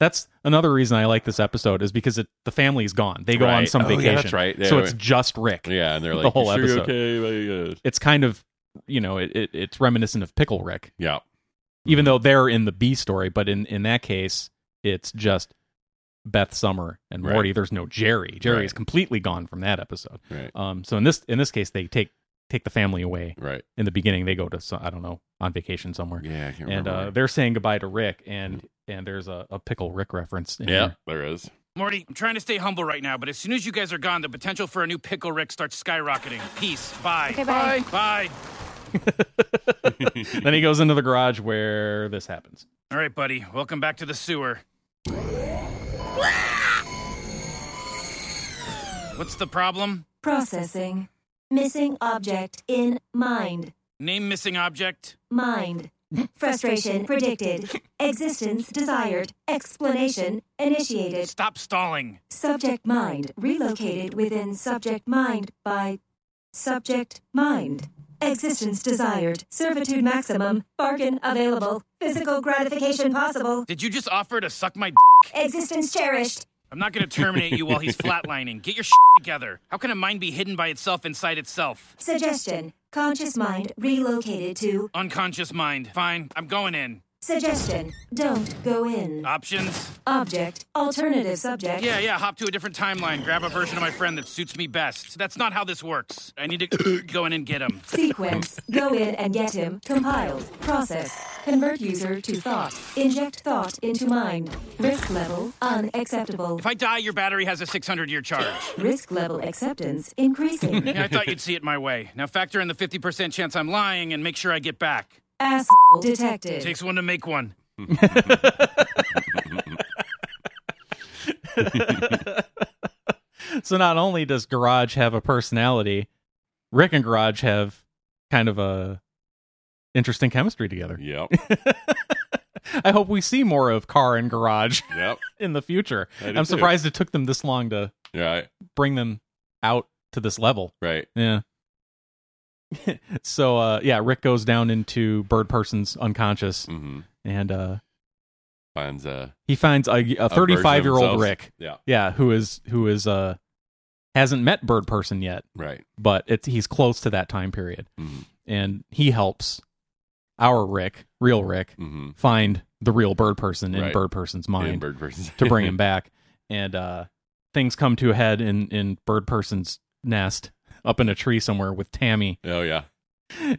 That's another reason I like this episode is because it, the family's gone. They go on
Right.
some
Oh, yeah,
vacation.
that's right. Yeah,
so it's
right.
just Rick.
Yeah, and they're like
the whole
"You sure
episode.
you okay. Like, uh,
It's kind of you know it, it it's reminiscent of Pickle Rick.
Yeah. Mm-hmm.
Even though they're in the B story, but in in that case, it's just Beth Summer and
Right.
Morty. There's no Jerry. Jerry is
Right.
completely gone from that episode.
Right.
Um. So in this in this case, they take take the family away.
Right.
In the beginning, they go to so- I don't know on vacation somewhere.
Yeah, I can't
and
remember
uh,
where. Mm-hmm.
they're saying goodbye to Rick, and and there's a, a pickle Rick reference. In
Yeah,
here.
there is.
Morty, I'm trying to stay humble right now, but as soon as you guys are gone, the potential for a new pickle Rick starts skyrocketing. Peace. Bye.
Okay, bye.
Bye.
then he goes into the garage where this happens.
All right, buddy. Welcome back to the sewer. What's the problem?
Processing. Missing object in mind.
Name missing object.
Mind. Frustration predicted. Existence desired. Explanation initiated.
Stop stalling.
Subject mind relocated within subject mind by subject mind. Existence desired. Servitude maximum. Bargain available. Physical gratification possible.
Did you just offer to suck my d-?
Existence cherished.
I'm not going to terminate you while he's flatlining. Get your shit together. How can a mind be hidden by itself inside itself?
Suggestion. Conscious mind relocated to
Unconscious mind. Fine. I'm going in.
suggestion. Don't go in.
Options?
Object. Alternative subject.
Yeah, yeah, hop to a different timeline. Grab a version of my friend that suits me best. That's not how this works. I need to go in and get him.
Sequence. Go in and get him. Compiled. Process. Convert user to thought. Inject thought into mind. Risk level unacceptable.
If I die, your battery has a 600 year charge.
Risk level acceptance increasing.
Yeah, I thought you'd see it my way. Now factor in the 50% chance I'm lying and make sure I get back.
Asshole detected.
Takes one to make one.
So not only does Garage have a personality, Rick and Garage have kind of a interesting chemistry together.
Yep.
I hope we see more of Car and Garage
Yep.
in the future.
I do too.
I'm surprised it took them this long to
Right.
bring them out to this level.
Right.
Yeah. so uh yeah, Rick goes down into Bird Person's unconscious and uh
Mm-hmm. Finds uh
he finds a,
version
a
of
35 year old
himself.
Rick.
Yeah.
Yeah, who is who is uh hasn't met Bird Person yet.
Right. Mm-hmm.
But it's he's close to that time period. And he helps our Rick, real Rick,
Mm-hmm.
find the real Bird Person in
Right.
Bird Person's
In
mind
Bird Person's-
to bring him back. And uh things come to a head in in Bird Person's nest up in a tree somewhere with Tammy.
Oh yeah.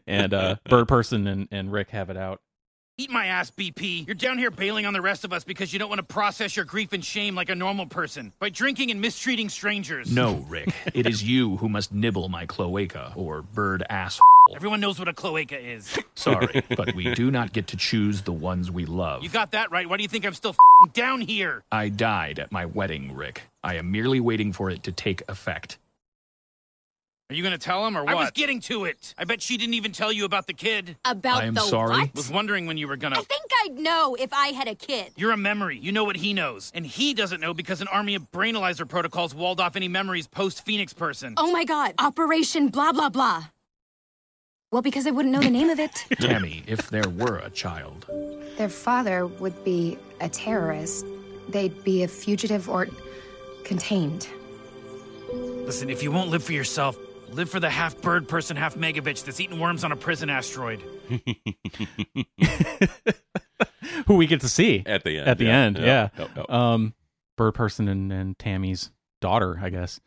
and uh Bird Person and and Rick have it out.
Eat my ass, BP. You're down here bailing on the rest of us because you don't want to process your grief and shame like a normal person by drinking and mistreating strangers.
No, Rick. It is you who must nibble my cloaca or bird ass.
Everyone knows what a cloaca is.
Sorry, but we do not get to choose the ones we love.
You got that right. Why do you think I'm still fing down here?
I died at my wedding, Rick. I am merely waiting for it to take effect.
Are you going to tell him or what? I was getting to it. I bet she didn't even tell you about the kid.
About
I am the sorry? what?
Was wondering when you were going to.
I think I'd know if I had a kid.
You're a memory. You know what he knows. And he doesn't know because an army of brainalyzer protocols walled off any memories post Phoenix person.
Oh my god, Operation blah blah blah. Well, because I wouldn't know the name of it.
Tammy, if there were a child.
Their father would be a terrorist. They'd be a fugitive or contained.
Listen, if you won't live for yourself, live for the half bird person, half mega bitch that's eating worms on a prison asteroid.
Who we get to see
At the end,
At the
yeah.
end,
Yep,
yeah.
yep, yep.
Um, Bird Person and, and Tammy's daughter, I guess,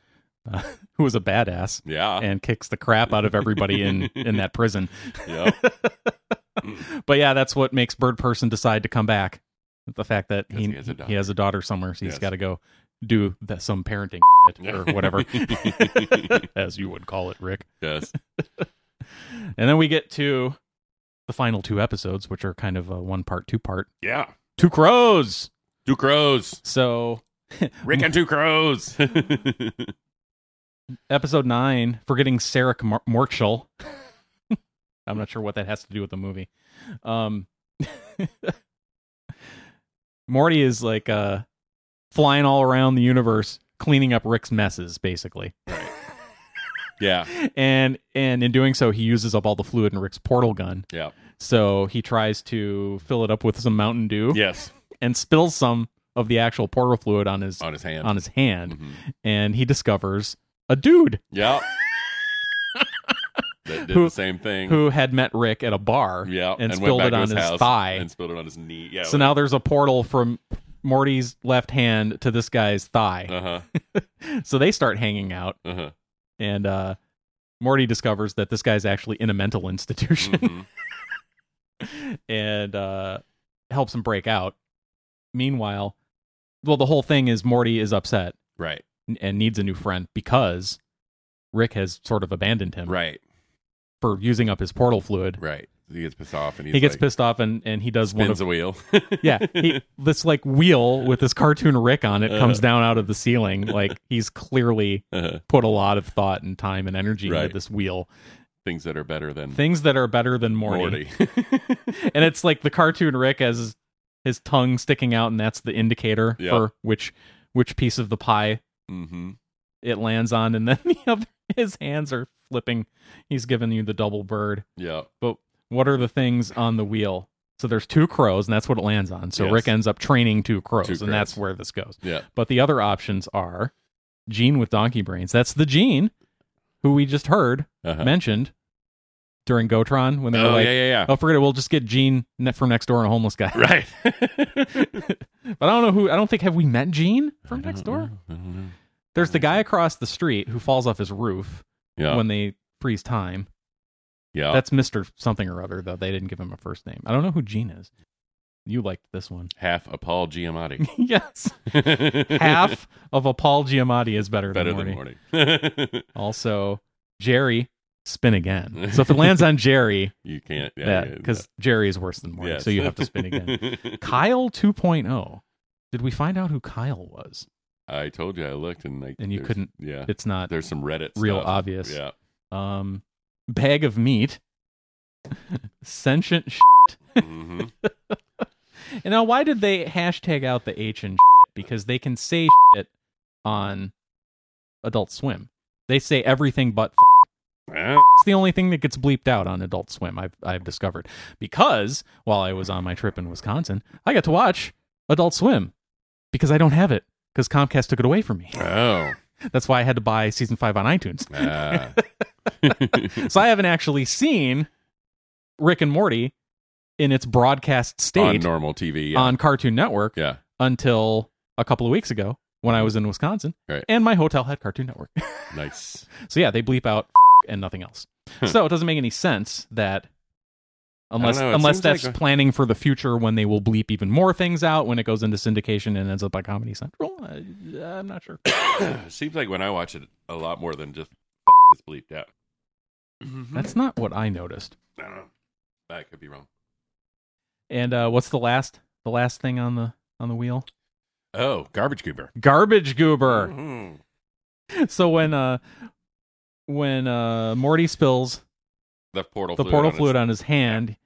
uh, who was a badass,
Yeah.
and kicks the crap out of everybody in in that prison.
Yep.
but yeah, that's what makes Bird Person decide to come back. The fact that he he
has a
has a daughter somewhere, so he's
Yes.
got to go do that some parenting shit
uh,
or whatever, as you would call it, Rick.
Yes.
and then we get to the final two episodes, which are kind of a one part, two part.
Yeah.
Two crows.
Two crows.
So
Rick and two crows.
Episode nine, forgetting Sarah Mar- Marshall. I'm not sure what that has to do with the movie. Um, Morty is like uh, flying all around the universe, cleaning up Rick's messes, basically.
Yeah.
and and in doing so, he uses up all the fluid in Rick's portal gun.
Yeah.
So he tries to fill it up with some Mountain Dew.
Yes.
And spills some of the actual portal fluid on his
on his hand Mm-hmm.
on his hand, and he discovers a dude
Yeah. that did
Who-
the same thing.
who had met Rick at a bar.
yeah,
And,
went
spilled
back
it
to
on his,
house
thigh.
and spilled it on his knee. Yeah.
so now there's a portal from Morty's left hand to this guy's thigh.
Uh-huh.
so they start hanging out.
Uh-huh.
And uh, Morty discovers that this guy's actually in a mental institution
Mm-hmm.
and uh, helps him break out. Meanwhile, well, the whole thing is Morty is upset.
Right.
n- And needs a new friend because Rick has sort of abandoned him.
Right.
For using up his portal fluid.
Right. He gets pissed off and he's
he gets
like,
pissed off and, and he does one
Spins
of
a wheel.
yeah, he, this like wheel with this cartoon Rick on it comes
Uh.
down out of the ceiling. Like he's clearly put a lot of thought and time and energy
Uh-huh. Right.
into this wheel.
things that are better than
Things that are better than Morty. and it's like the cartoon Rick has his- his tongue sticking out, and that's the indicator
Yeah.
for which which piece of the pie
Mhm.
it lands on, and then the other his hands are flipping. He's giving you the double bird.
Yeah.
But what are the things on the wheel? So there's two crows, and that's what it lands on. So
Yes.
Rick ends up training two crows,
Two
and that's
crows.
where this goes.
Yeah.
But the other options are Gene with donkey brains. That's the Gene who we just heard
Uh-huh.
mentioned during Gotron when they were
Oh,
like,
yeah, yeah, yeah.
"Oh, forget it. We'll just get Gene ne- from next door and a homeless guy."
Right.
but I don't know who. I don't think have we met Gene from next door. There's the guy across the street who falls off his roof
Yeah.
when they freeze time.
Yeah.
That's Mr. something or other, though. They didn't give him a first name. I don't know who Gene is. You liked this one.
half a Paul Giamatti.
yes. Half of a Paul Giamatti is better,
Better
than
than
Morty. also, Jerry, spin again. So if it lands on Jerry,
You can't- yeah, yeah,
Because Jerry is worse than Morty,
Yes.
so you have to spin again. Kyle 2.0. Did we find out who Kyle was?
I told you I looked and like
And you
there's-
couldn't.
Yeah.
It's not
There's some Reddit
real
stuff.
obvious.
Yeah.
Um, bag of meat, sentient shit.
Mm-hmm.
and now, why did they hashtag out the H and shit? Because they can say shit on Adult Swim. They say everything but. F-
Eh.
it's the only thing that gets bleeped out on Adult Swim. I've I've discovered because while I was on my trip in Wisconsin, I got to watch Adult Swim because I don't have it because Comcast took it away from me.
Oh.
That's why I had to buy season five on iTunes.
Ah.
so I haven't actually seen Rick and Morty in its broadcast state
On normal TV. Yeah.
on Cartoon Network
Yeah.
until a couple of weeks ago when I was in Wisconsin
Right.
and my hotel had Cartoon Network.
Nice.
so yeah, they bleep out and nothing else.
Huh.
so it doesn't make any sense that
don't
unless
know, it
unless
seems
that's
like a-
planning for the future when they will bleep even more things out when it goes into syndication and ends up by Comedy Central. Uh, I'm not sure.
Seems like when I watch it, a lot more than just is bleeped out. Mm-hmm.
That's not what I noticed.
I don't know. I could be wrong.
And uh, what's the last the last thing on the on the wheel?
Oh, garbage goober.
Garbage goober.
Mhm.
So when uh when uh Morty spills
The portal
the
fluid
portal
on his-
fluid on his hand,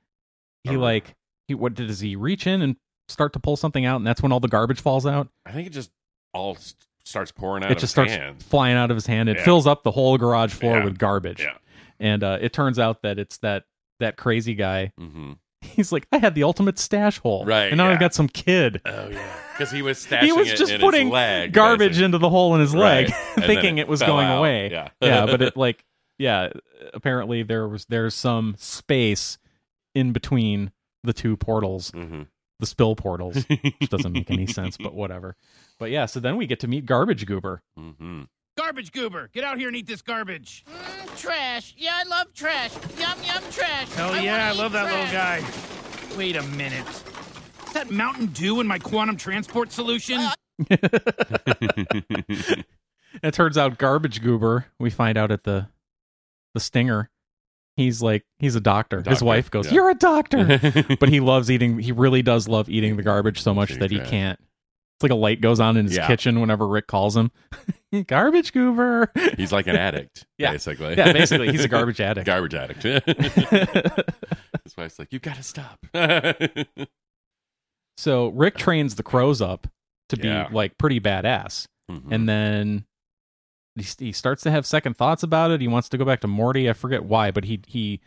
he like he what did- does he reach in and start to pull something out and that's when all the garbage falls out?
I think it just all s- starts pouring out
it
of
just
his
starts
hand.
flying out of his hand. It
Yeah.
fills up the whole garage floor
Yeah.
with garbage.
Yeah.
And uh it turns out that it's that that crazy guy.
Mhm.
He's like, I had the ultimate stash hole.
Right,
And now
yeah.
I've got some kid.
Oh yeah, because he was stashing.
he was
it
just
in his
putting
leg,
garbage
basically.
into the hole in his
Right.
leg,
And then
thinking it, was
fell
going
out.
away.
Yeah,
but it like yeah. Apparently there was there's some space in between the two portals,
Mm-hmm.
the spill portals, which doesn't make any sense, but whatever. But yeah, so then we get to meet Garbage Goober.
Mm-hmm.
Garbage goober, get out here and eat this garbage.
Mm, Trash. Yeah, I love trash. Yum, yum, trash.
Hell
I
yeah, I
wanna
love
eat
that little
trash.
guy. Wait a minute. Is that Mountain Dew in my quantum transport solution?
Uh,
It turns out Garbage Goober. We find out at the the stinger. He's like he's a doctor. His
Doctor,
wife goes,
yeah.
"You're a doctor," but he loves eating. He really does love eating the garbage so much that he
trash.
can't like a light goes on in his
Yeah.
kitchen whenever Rick calls him. garbage goober.
He's like an addict,
Yeah.
basically.
Yeah, basically, he's a garbage addict.
garbage addict. His wife's like, you got to stop.
So Rick trains the crows up to be
Yeah.
like pretty badass, and then he, he starts to have second thoughts about it. He wants to go back to Morty. I forget why, but he he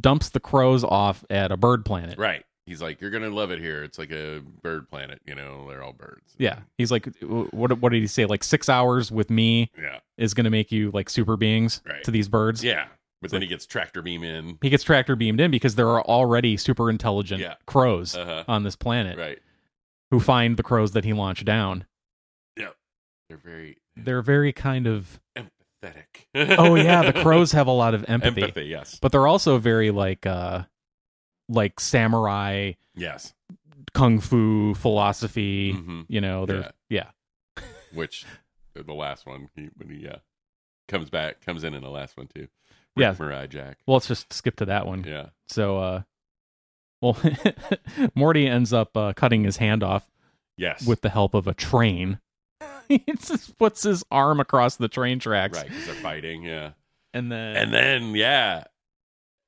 dumps the crows off at a bird planet.
right. He's like, you're going to love it here. It's like a bird planet. You know, they're all birds.
Yeah, he's like, w- what what did he say? Like six hours with me
Yeah.
is going to make you like super beings
Right.
to these birds.
Yeah. But then he gets tractor beam in.
He gets tractor beamed in because there are already super intelligent
Yeah.
crows
Uh-huh.
on this planet
Right.
who find the crows that he launched down.
Yeah. They're very
They're very kind of
pathetic.
oh yeah, the crows have a lot of empathy.
Empathy, yes.
But they're also very like uh like samurai
Yes.
kung fu philosophy,
Mhm.
you know, they're yeah.
Which the last one, he, when he uh, comes back, comes in in the last one too. Rick
Yeah.
Mirai Jack.
Well, let's just skip to that one.
Yeah.
So uh well Morty ends up uh, cutting his hand off
Yes.
with the help of a train. he just puts his arm across the train tracks.
Right, because they're fighting. Yeah.
And then
And then, yeah.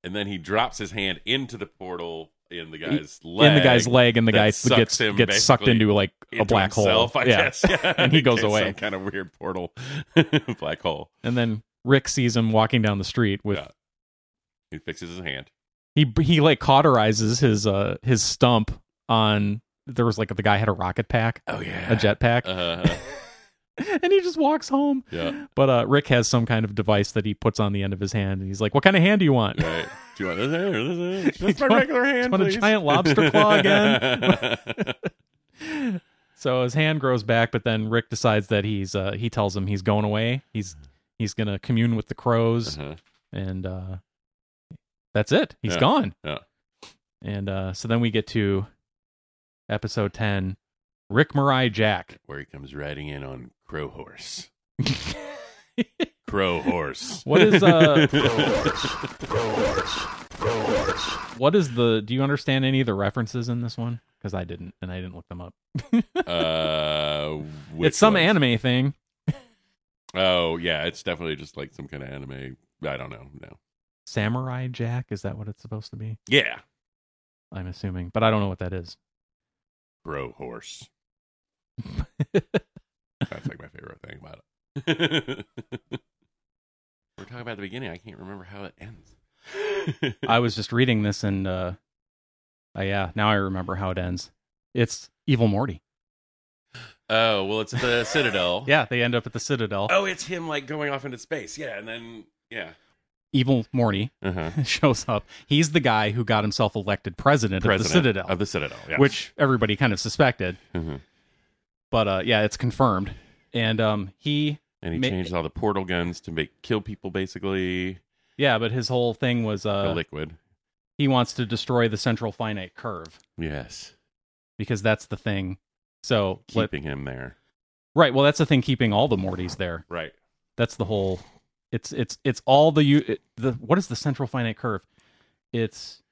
And then he drops his hand into the portal in the guy's leg.
in the guy's leg, and the
that
guy
sucks
gets
him
gets sucked
basically
into like a
into
black
himself,
hole.
I
yeah.
guess. Yeah.
and he goes
Some
away.
kind of weird portal black hole.
And then Rick sees him walking down the street with
He fixes his hand.
he he like cauterizes his uh his stump on there was like the guy had a rocket pack.
Oh yeah.
A jetpack.
Uh,
and he just walks home.
yeah.
But uh Rick has some kind of device that he puts on the end of his hand and he's like, What kind of hand do you want?
Right. Do you want this hand or this hand?
You
That's my
want-
regular hand.
you want a
please.
giant lobster claw again? so his hand grows back, but then Rick decides that he's uh he tells him he's going away. He's he's gonna commune with the crows and uh that's it. He's
Uh-huh. Yeah.
gone.
Yeah.
And uh so then we get to episode ten. Rick Marai Jack.
Where he comes riding in on Crow Horse. Crow Horse.
What is uh
Crow Horse.
what is the do you understand any of the references in this one? Because I didn't and I didn't look them up.
Uh, which
it's some
ones?
anime thing.
Oh yeah, it's definitely just like some kind of anime. I don't know. No.
Samurai Jack, is that what it's supposed to be?
Yeah.
I'm assuming, but I don't know what that is.
Crow Horse. That's like my favorite thing about it. We're talking about the beginning. I can't remember how it ends.
I was just reading this and uh uh, yeah, now I remember how it ends. It's Evil Morty.
Oh well, it's at the Citadel.
Yeah, they end up at the Citadel.
Oh, it's him like going off into space. Yeah, and then yeah.
Evil Morty
Uh-huh.
shows up. He's the guy who got himself elected president, of
President
the Citadel.
of the Citadel, yes.
Which everybody kind of suspected.
Mhm.
But uh, yeah, it's confirmed. And um, he.
And he
ma-
changes all the portal guns to make kill people basically.
Yeah, but his whole thing was
the
uh,
liquid.
he wants to destroy the central finite curve
Yes.
because that's the thing. So what-
Keeping him there.
right, well, that's the thing keeping all the Mortys there.
Right.
That's the whole. It's it's it's all the you it- the what is the central finite curve? It's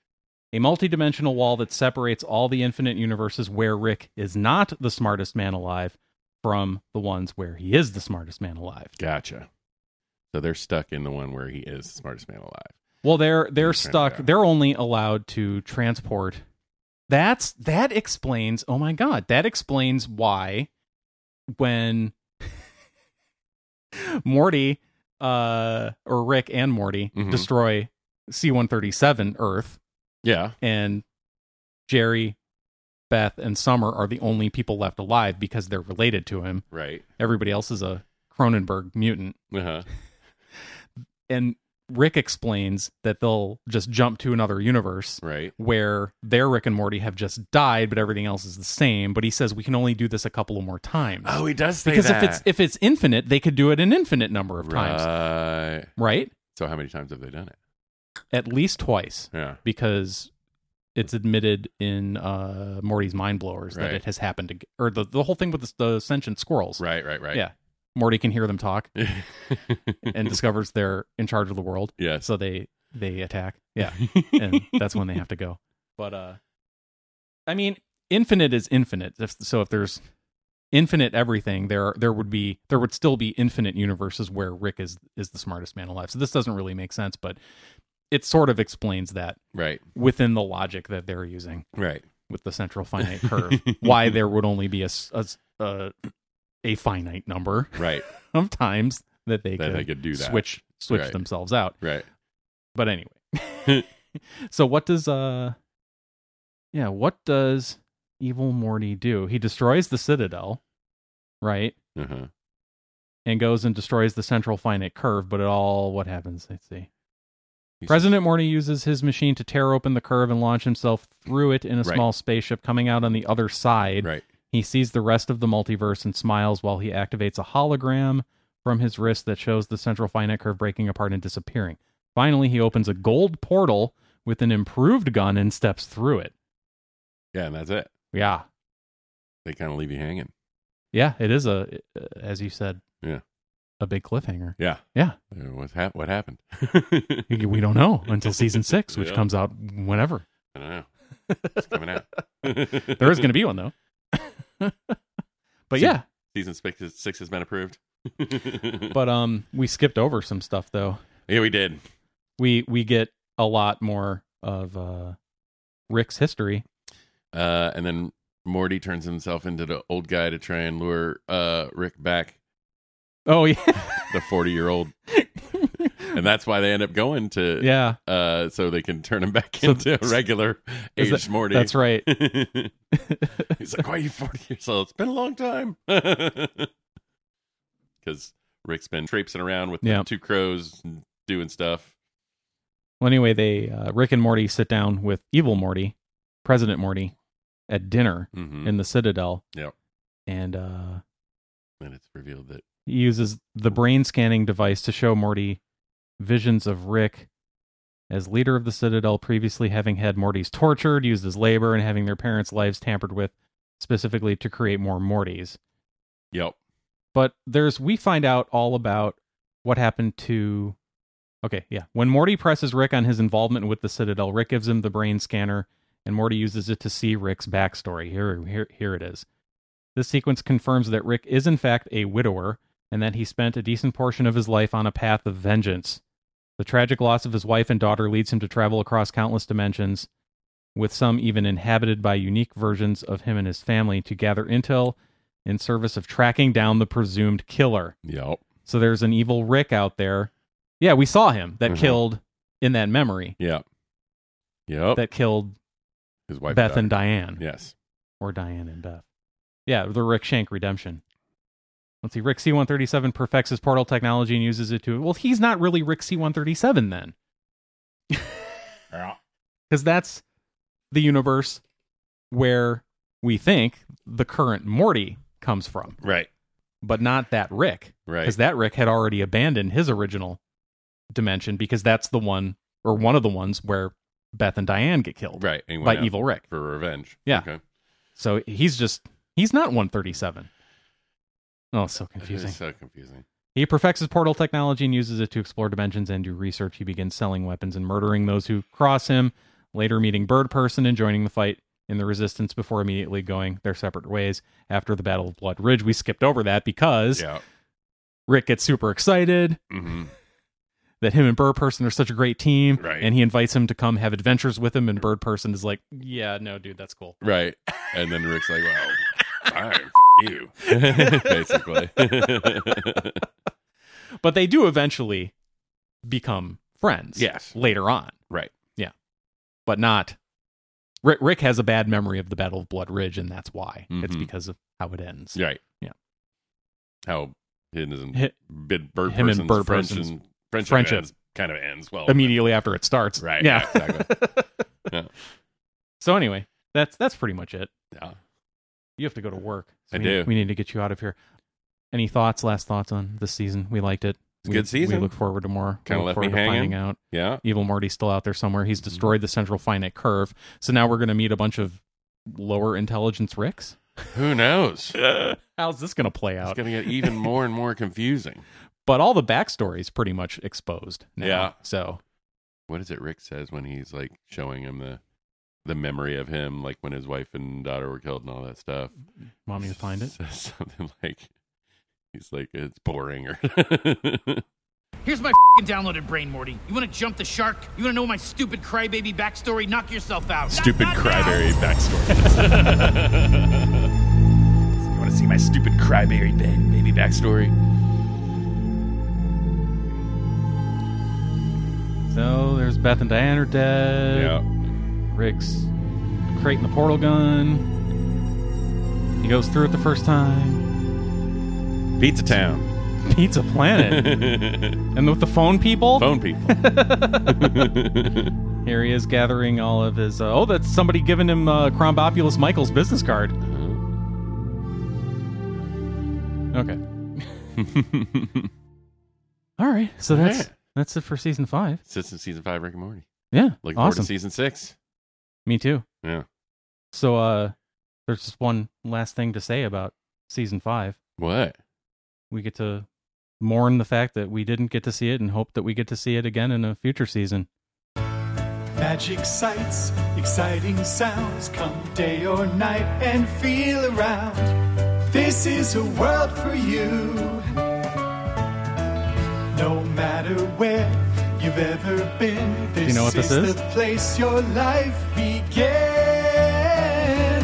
a multidimensional wall that separates all the infinite universes where Rick is not the smartest man alive from the ones where he is the smartest man alive.
Gotcha. So they're stuck in the one where he is the smartest man alive.
Well, they're they're
Turn it
stuck. They're only allowed to transport. That's that explains. Oh my god, that explains why when Morty uh or Rick and Morty
Mhm.
destroy C137 Earth.
Yeah.
And Jerry, Beth and Summer are the only people left alive because they're related to him.
Right.
Everybody else is a Cronenberg mutant
Uh-huh.
and Rick explains that they'll just jump to another universe,
right?
Where their Rick and Morty have just died, but everything else is the same. But he says we can only do this a couple of more times.
Oh, he does say
because
that.
if it's if it's infinite, they could do it an infinite number of times,
Right.
right?
So how many times have they done it?
At least twice,
Yeah.
because it's admitted in uh, Morty's Mind Blowers
Right.
that it has happened, ag- or the the whole thing with the, the sentient squirrels,
Right, right, right.
Yeah, Morty can hear them talk and discovers they're in charge of the world.
Yeah.
So they they attack. Yeah. and that's when they have to go. But uh I mean, infinite is infinite. If, so if there's infinite everything, there there would be there would still be infinite universes where Rick is is the smartest man alive. So this doesn't really make sense, but it sort of explains that
right
within the logic that they're using
right
with the central finite curve. why there would only be a s- a s- a, a finite number
Right.
of times that they
That
could
they could do that.
switch switch
Right.
themselves out.
Right.
But anyway. so what does uh yeah, what does evil Morty do? He destroys the citadel, right?
Uh-huh.
And goes and destroys the central finite curve, but it all what happens? Let's see. President Morty uses his machine to tear open the curve and launch himself through it in a
Right.
small spaceship coming out on the other side.
Right.
He sees the rest of the multiverse and smiles while he activates a hologram from his wrist that shows the central finite curve breaking apart and disappearing. Finally, he opens a gold portal with an improved gun and steps through it.
Yeah, and that's it.
Yeah.
They kind of leave you hanging.
Yeah, it is a uh, as you said.
Yeah.
A big cliffhanger.
Yeah.
Yeah.
Uh, What's hap- what happened?
We don't know until season 6, which
Yeah.
comes out whenever.
I don't know. It's coming out.
There is going to be one though.
Se-
But yeah.
Season six, is- six has been approved.
But um we skipped over some stuff though.
Yeah, we did.
We we get a lot more of uh Rick's history.
Uh, and then Morty turns himself into the old guy to try and lure uh, Rick back,
Oh yeah.
the 40 year old. and that's why they end up going to.
Yeah.
Uh, so they can turn him back
So
into a
th-
regular
is
aged
that-
Morty.
that's right.
He's like, why are you 40 years old? It's been a long time. Because Rick's been traipsing around with
Yeah.
the two crows and doing stuff.
Well, anyway, they uh, Rick and Morty sit down with Evil Morty, President Morty, at dinner
Mhm.
in the Citadel.
Yep.
And uh,
And it's revealed that
he uses the brain scanning device to show Morty visions of Rick as leader of the Citadel, previously having had Morty's tortured, used as labor, and having their parents' lives tampered with, specifically to create more Mortys.
Yep.
But there's we find out all about what happened to Okay, yeah. When Morty presses Rick on his involvement with the Citadel, Rick gives him the brain scanner and Morty uses it to see Rick's backstory. Here here here it is. This sequence confirms that Rick is in fact a widower and that he spent a decent portion of his life on a path of vengeance. The tragic loss of his wife and daughter leads him to travel across countless dimensions, with some even inhabited by unique versions of him and his family to gather intel in service of tracking down the presumed killer.
Yep.
So there's an evil Rick out there. Yeah, we saw him that
Mhm.
killed in that memory.
Yeah. Yep.
That killed
His wife
Beth
died.
and Diane.
Yes.
Or Diane and Beth. Yeah, the Rick Shank redemption. Let's see. Rick C137 perfects his portal technology and uses it to. Well, he's not really Rick C137 then. Because that's the universe where we think the current Morty comes from.
Right.
But not that Rick.
Right.
Because that Rick had already abandoned his original dimension because that's the one, or one of the ones where Beth and Diane get killed.
Right. and he
by
went out
evil Rick.
For revenge.
Yeah.
Okay.
So he's just he's not 137. Oh, it's so confusing.
It's so confusing.
He perfects his portal technology and uses it to explore dimensions and do research. He begins selling weapons and murdering those who cross him, later meeting Bird Person and joining the fight in the resistance before immediately going their separate ways after the Battle of Blood Ridge. We skipped over that because
Yeah.
Rick gets super excited
Mhm.
that him and Bird Person are such a great team.
Right. Mm.
And he invites him to come have adventures with him, and Bird Person is like, Yeah, no, dude, that's cool.
Right. And then Rick's like, well, I f- you. Basically.
But they do eventually become friends.
Yes.
Later on.
Right.
Yeah. But not. Rick, Rick has a bad memory of the Battle of Blood Ridge, and that's why. It's
Mhm.
because of how it ends.
right.
Yeah.
How him and
Hi-
bid bird
him
person's
and Bird
friends-
Person's
and friendship,
friendship.
ends- kind of ends well.
Immediately after it starts.
Right.
Yeah.
exactly. Yeah.
so anyway, that's that's pretty much it.
Yeah.
You have to go to work.
I
we,
do.
We need to get you out of here. Any thoughts? Last thoughts on this season? We liked it.
It's a
we,
good season.
We look forward to more.
Kinda
We look
left me
forward to
hanging.
Finding out.
Yeah. Mm-hmm.
Evil Morty's still out there somewhere. He's destroyed the central finite curve. So now we're going to meet a bunch of lower intelligence Ricks.
Who knows?
How's this going to play out?
It's going to get even more and more confusing.
But all the backstory is pretty much exposed now.
Yeah.
So
What is it Rick says when he's like showing him the the memory of him, like when his wife and daughter were killed and all that stuff.
Want me to find it?
Says something like, he's like, it's boring. Or
Here's my fing downloaded brain, Morty. You want to jump the shark? You want to know my stupid crybaby backstory? Knock yourself out.
stupid cryberry backstory.
you want to see my stupid cryberry ba- baby backstory?
So there's Beth and Diane are dead. Rick's creating the portal gun. He goes through it the first time.
Pizza Town.
Pizza Planet. and with the phone people?
Phone people.
Here he is gathering all of his. Uh, oh, that's somebody giving him uh, Crombopulus Michael's business card.
Uh-huh.
Okay. all right. So that's that's it for season five.
Since in season five, Rick and Morty.
Yeah,
Looking forward
awesome.
to season six.
Me too.
Yeah.
So uh there's just one last thing to say about season five.
What?
We get to mourn the fact that we didn't get to see it and hope that we get to see it again in a future season.
Magic sights, exciting sounds, come day or night and feel around. This is a world for you. No matter where you've ever been,
Do
this,
you know what this is?
the place your life begins.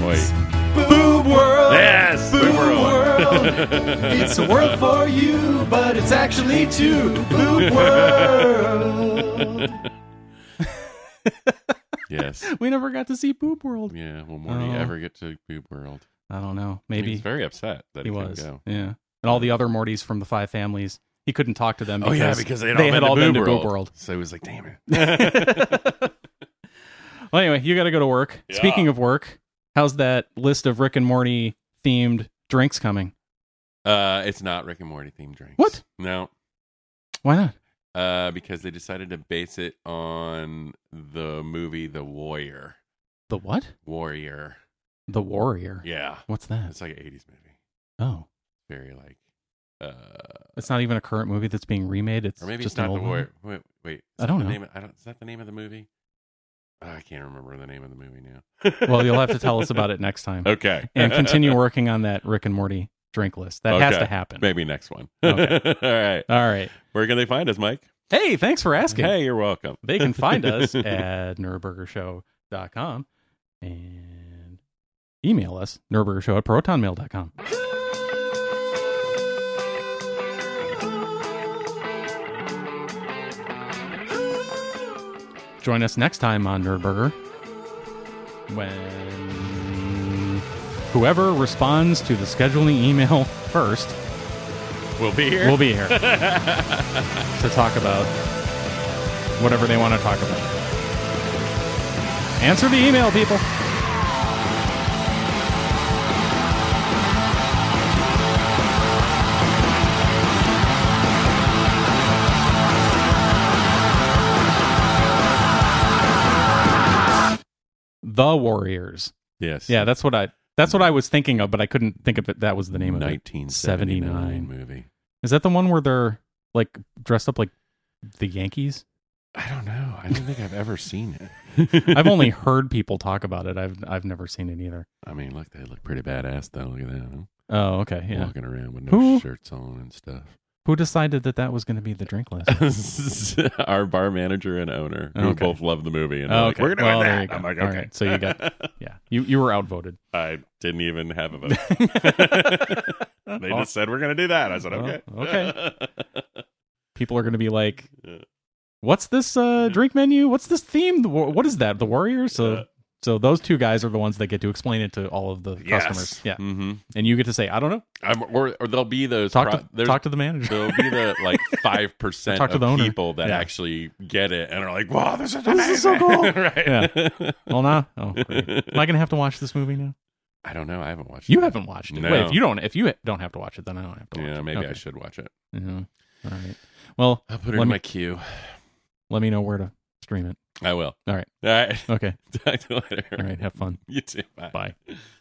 Wait.
Boob world.
Yes,
boob,
Boob world.
world. it's a world for you, but it's actually two. Boob world.
Yes.
we never got to see Boob World.
Yeah. Will Morty
Oh.
ever get to Boob World?
I don't know.
I mean,
Maybe
he's very upset that he, couldn't
was.
go.
Yeah. And all the other Mortys from the five families. He couldn't talk to them.
Oh, yeah, because they'd all been to Boob World. So he was like, damn it.
well, anyway, you got to go to work.
Yeah.
Speaking of work, how's that list of Rick and Morty themed drinks coming?
Uh, it's not Rick and Morty themed drinks.
What?
No.
Why not?
Uh, because they decided to base it on the movie The Warrior.
The what?
Warrior.
The Warrior.
Yeah.
What's that?
It's like an 80s movie.
Oh,
Very like, uh,
it's not even a current movie that's being remade. It's
or maybe
just
it's not
an
The
old one.
Warrior. Wait, wait. is
I
that
don't
the
know.
Name of, I don't. Is that the name of the movie? Ah, I can't remember the name of the movie now.
well, you'll have to tell us about it next time.
Okay.
and continue working on that Rick and Morty drink list. That has
Okay.
to happen.
Maybe next one.
Okay.
All right.
All right.
Where can they find us, Mike?
Hey, thanks for asking.
Hey, you're welcome.
They can find us at nerdburgershow.com and email us, nerdburgershow at protonmail.com. Join us next time on Nerdburger when whoever responds to the scheduling email first
We'll be here.
We'll be here.
here.
to talk about whatever they want to talk about. Answer the email, people. The Warriors.
Yes.
Yeah, that's what I that's what I was thinking of, but I couldn't think of it. That was the name of it.
1979 movie.
Is that the one where they're like dressed up like the Yankees?
I don't know. I don't think I've ever seen it.
I've only heard people talk about it. I've I've never seen it either.
I mean, look, they look pretty badass though. Look at that. huh?
Oh, okay, yeah.
Walking around with no
Who-
shirts on and stuff.
Who decided that that was going to be the drink list?
Our bar manager and owner, who
Okay.
both love the movie, and
Oh,
they're like,
okay.
we're gonna
Well,
win
there you
that.
go.
I'm like,
All
okay.
right. So you got- yeah. You you were outvoted.
I didn't even have a vote. they
Oh.
just said we're gonna do that. I said,
Well,
okay,
okay. People are going to be like, "What's this uh, drink menu? What's this theme? The, wa- what is that? The Warriors?" So so those two guys are the ones that get to explain it to all of the
Yes.
customers. Yeah.
Mhm.
And you get to say, "I don't know."
I'm, or, or there'll be those
Talk to-
there's-
talk to the manager.
There'll be the like five percent
Talk to
of
the owner.
people that
Yeah.
actually get it and are like, "Wow, this is
Oh, This is so cool.
amazing." right?
Yeah. Well, now, oh, great. am I going to have to watch this movie now?
I don't know. I haven't watched.
You
it.
haven't watched it.
No.
Wait, if you don't, if you don't have to watch it, then I don't have to. watch
yeah,
it.
maybe I
Okay.
should watch it.
Mhm. All right. Well,
I'll put it
let
in
me-
my queue.
Let me know where to stream it.
I will.
All right.
All right.
Okay.
Talk to you later.
All right. Have fun.
You too. Bye.
Bye.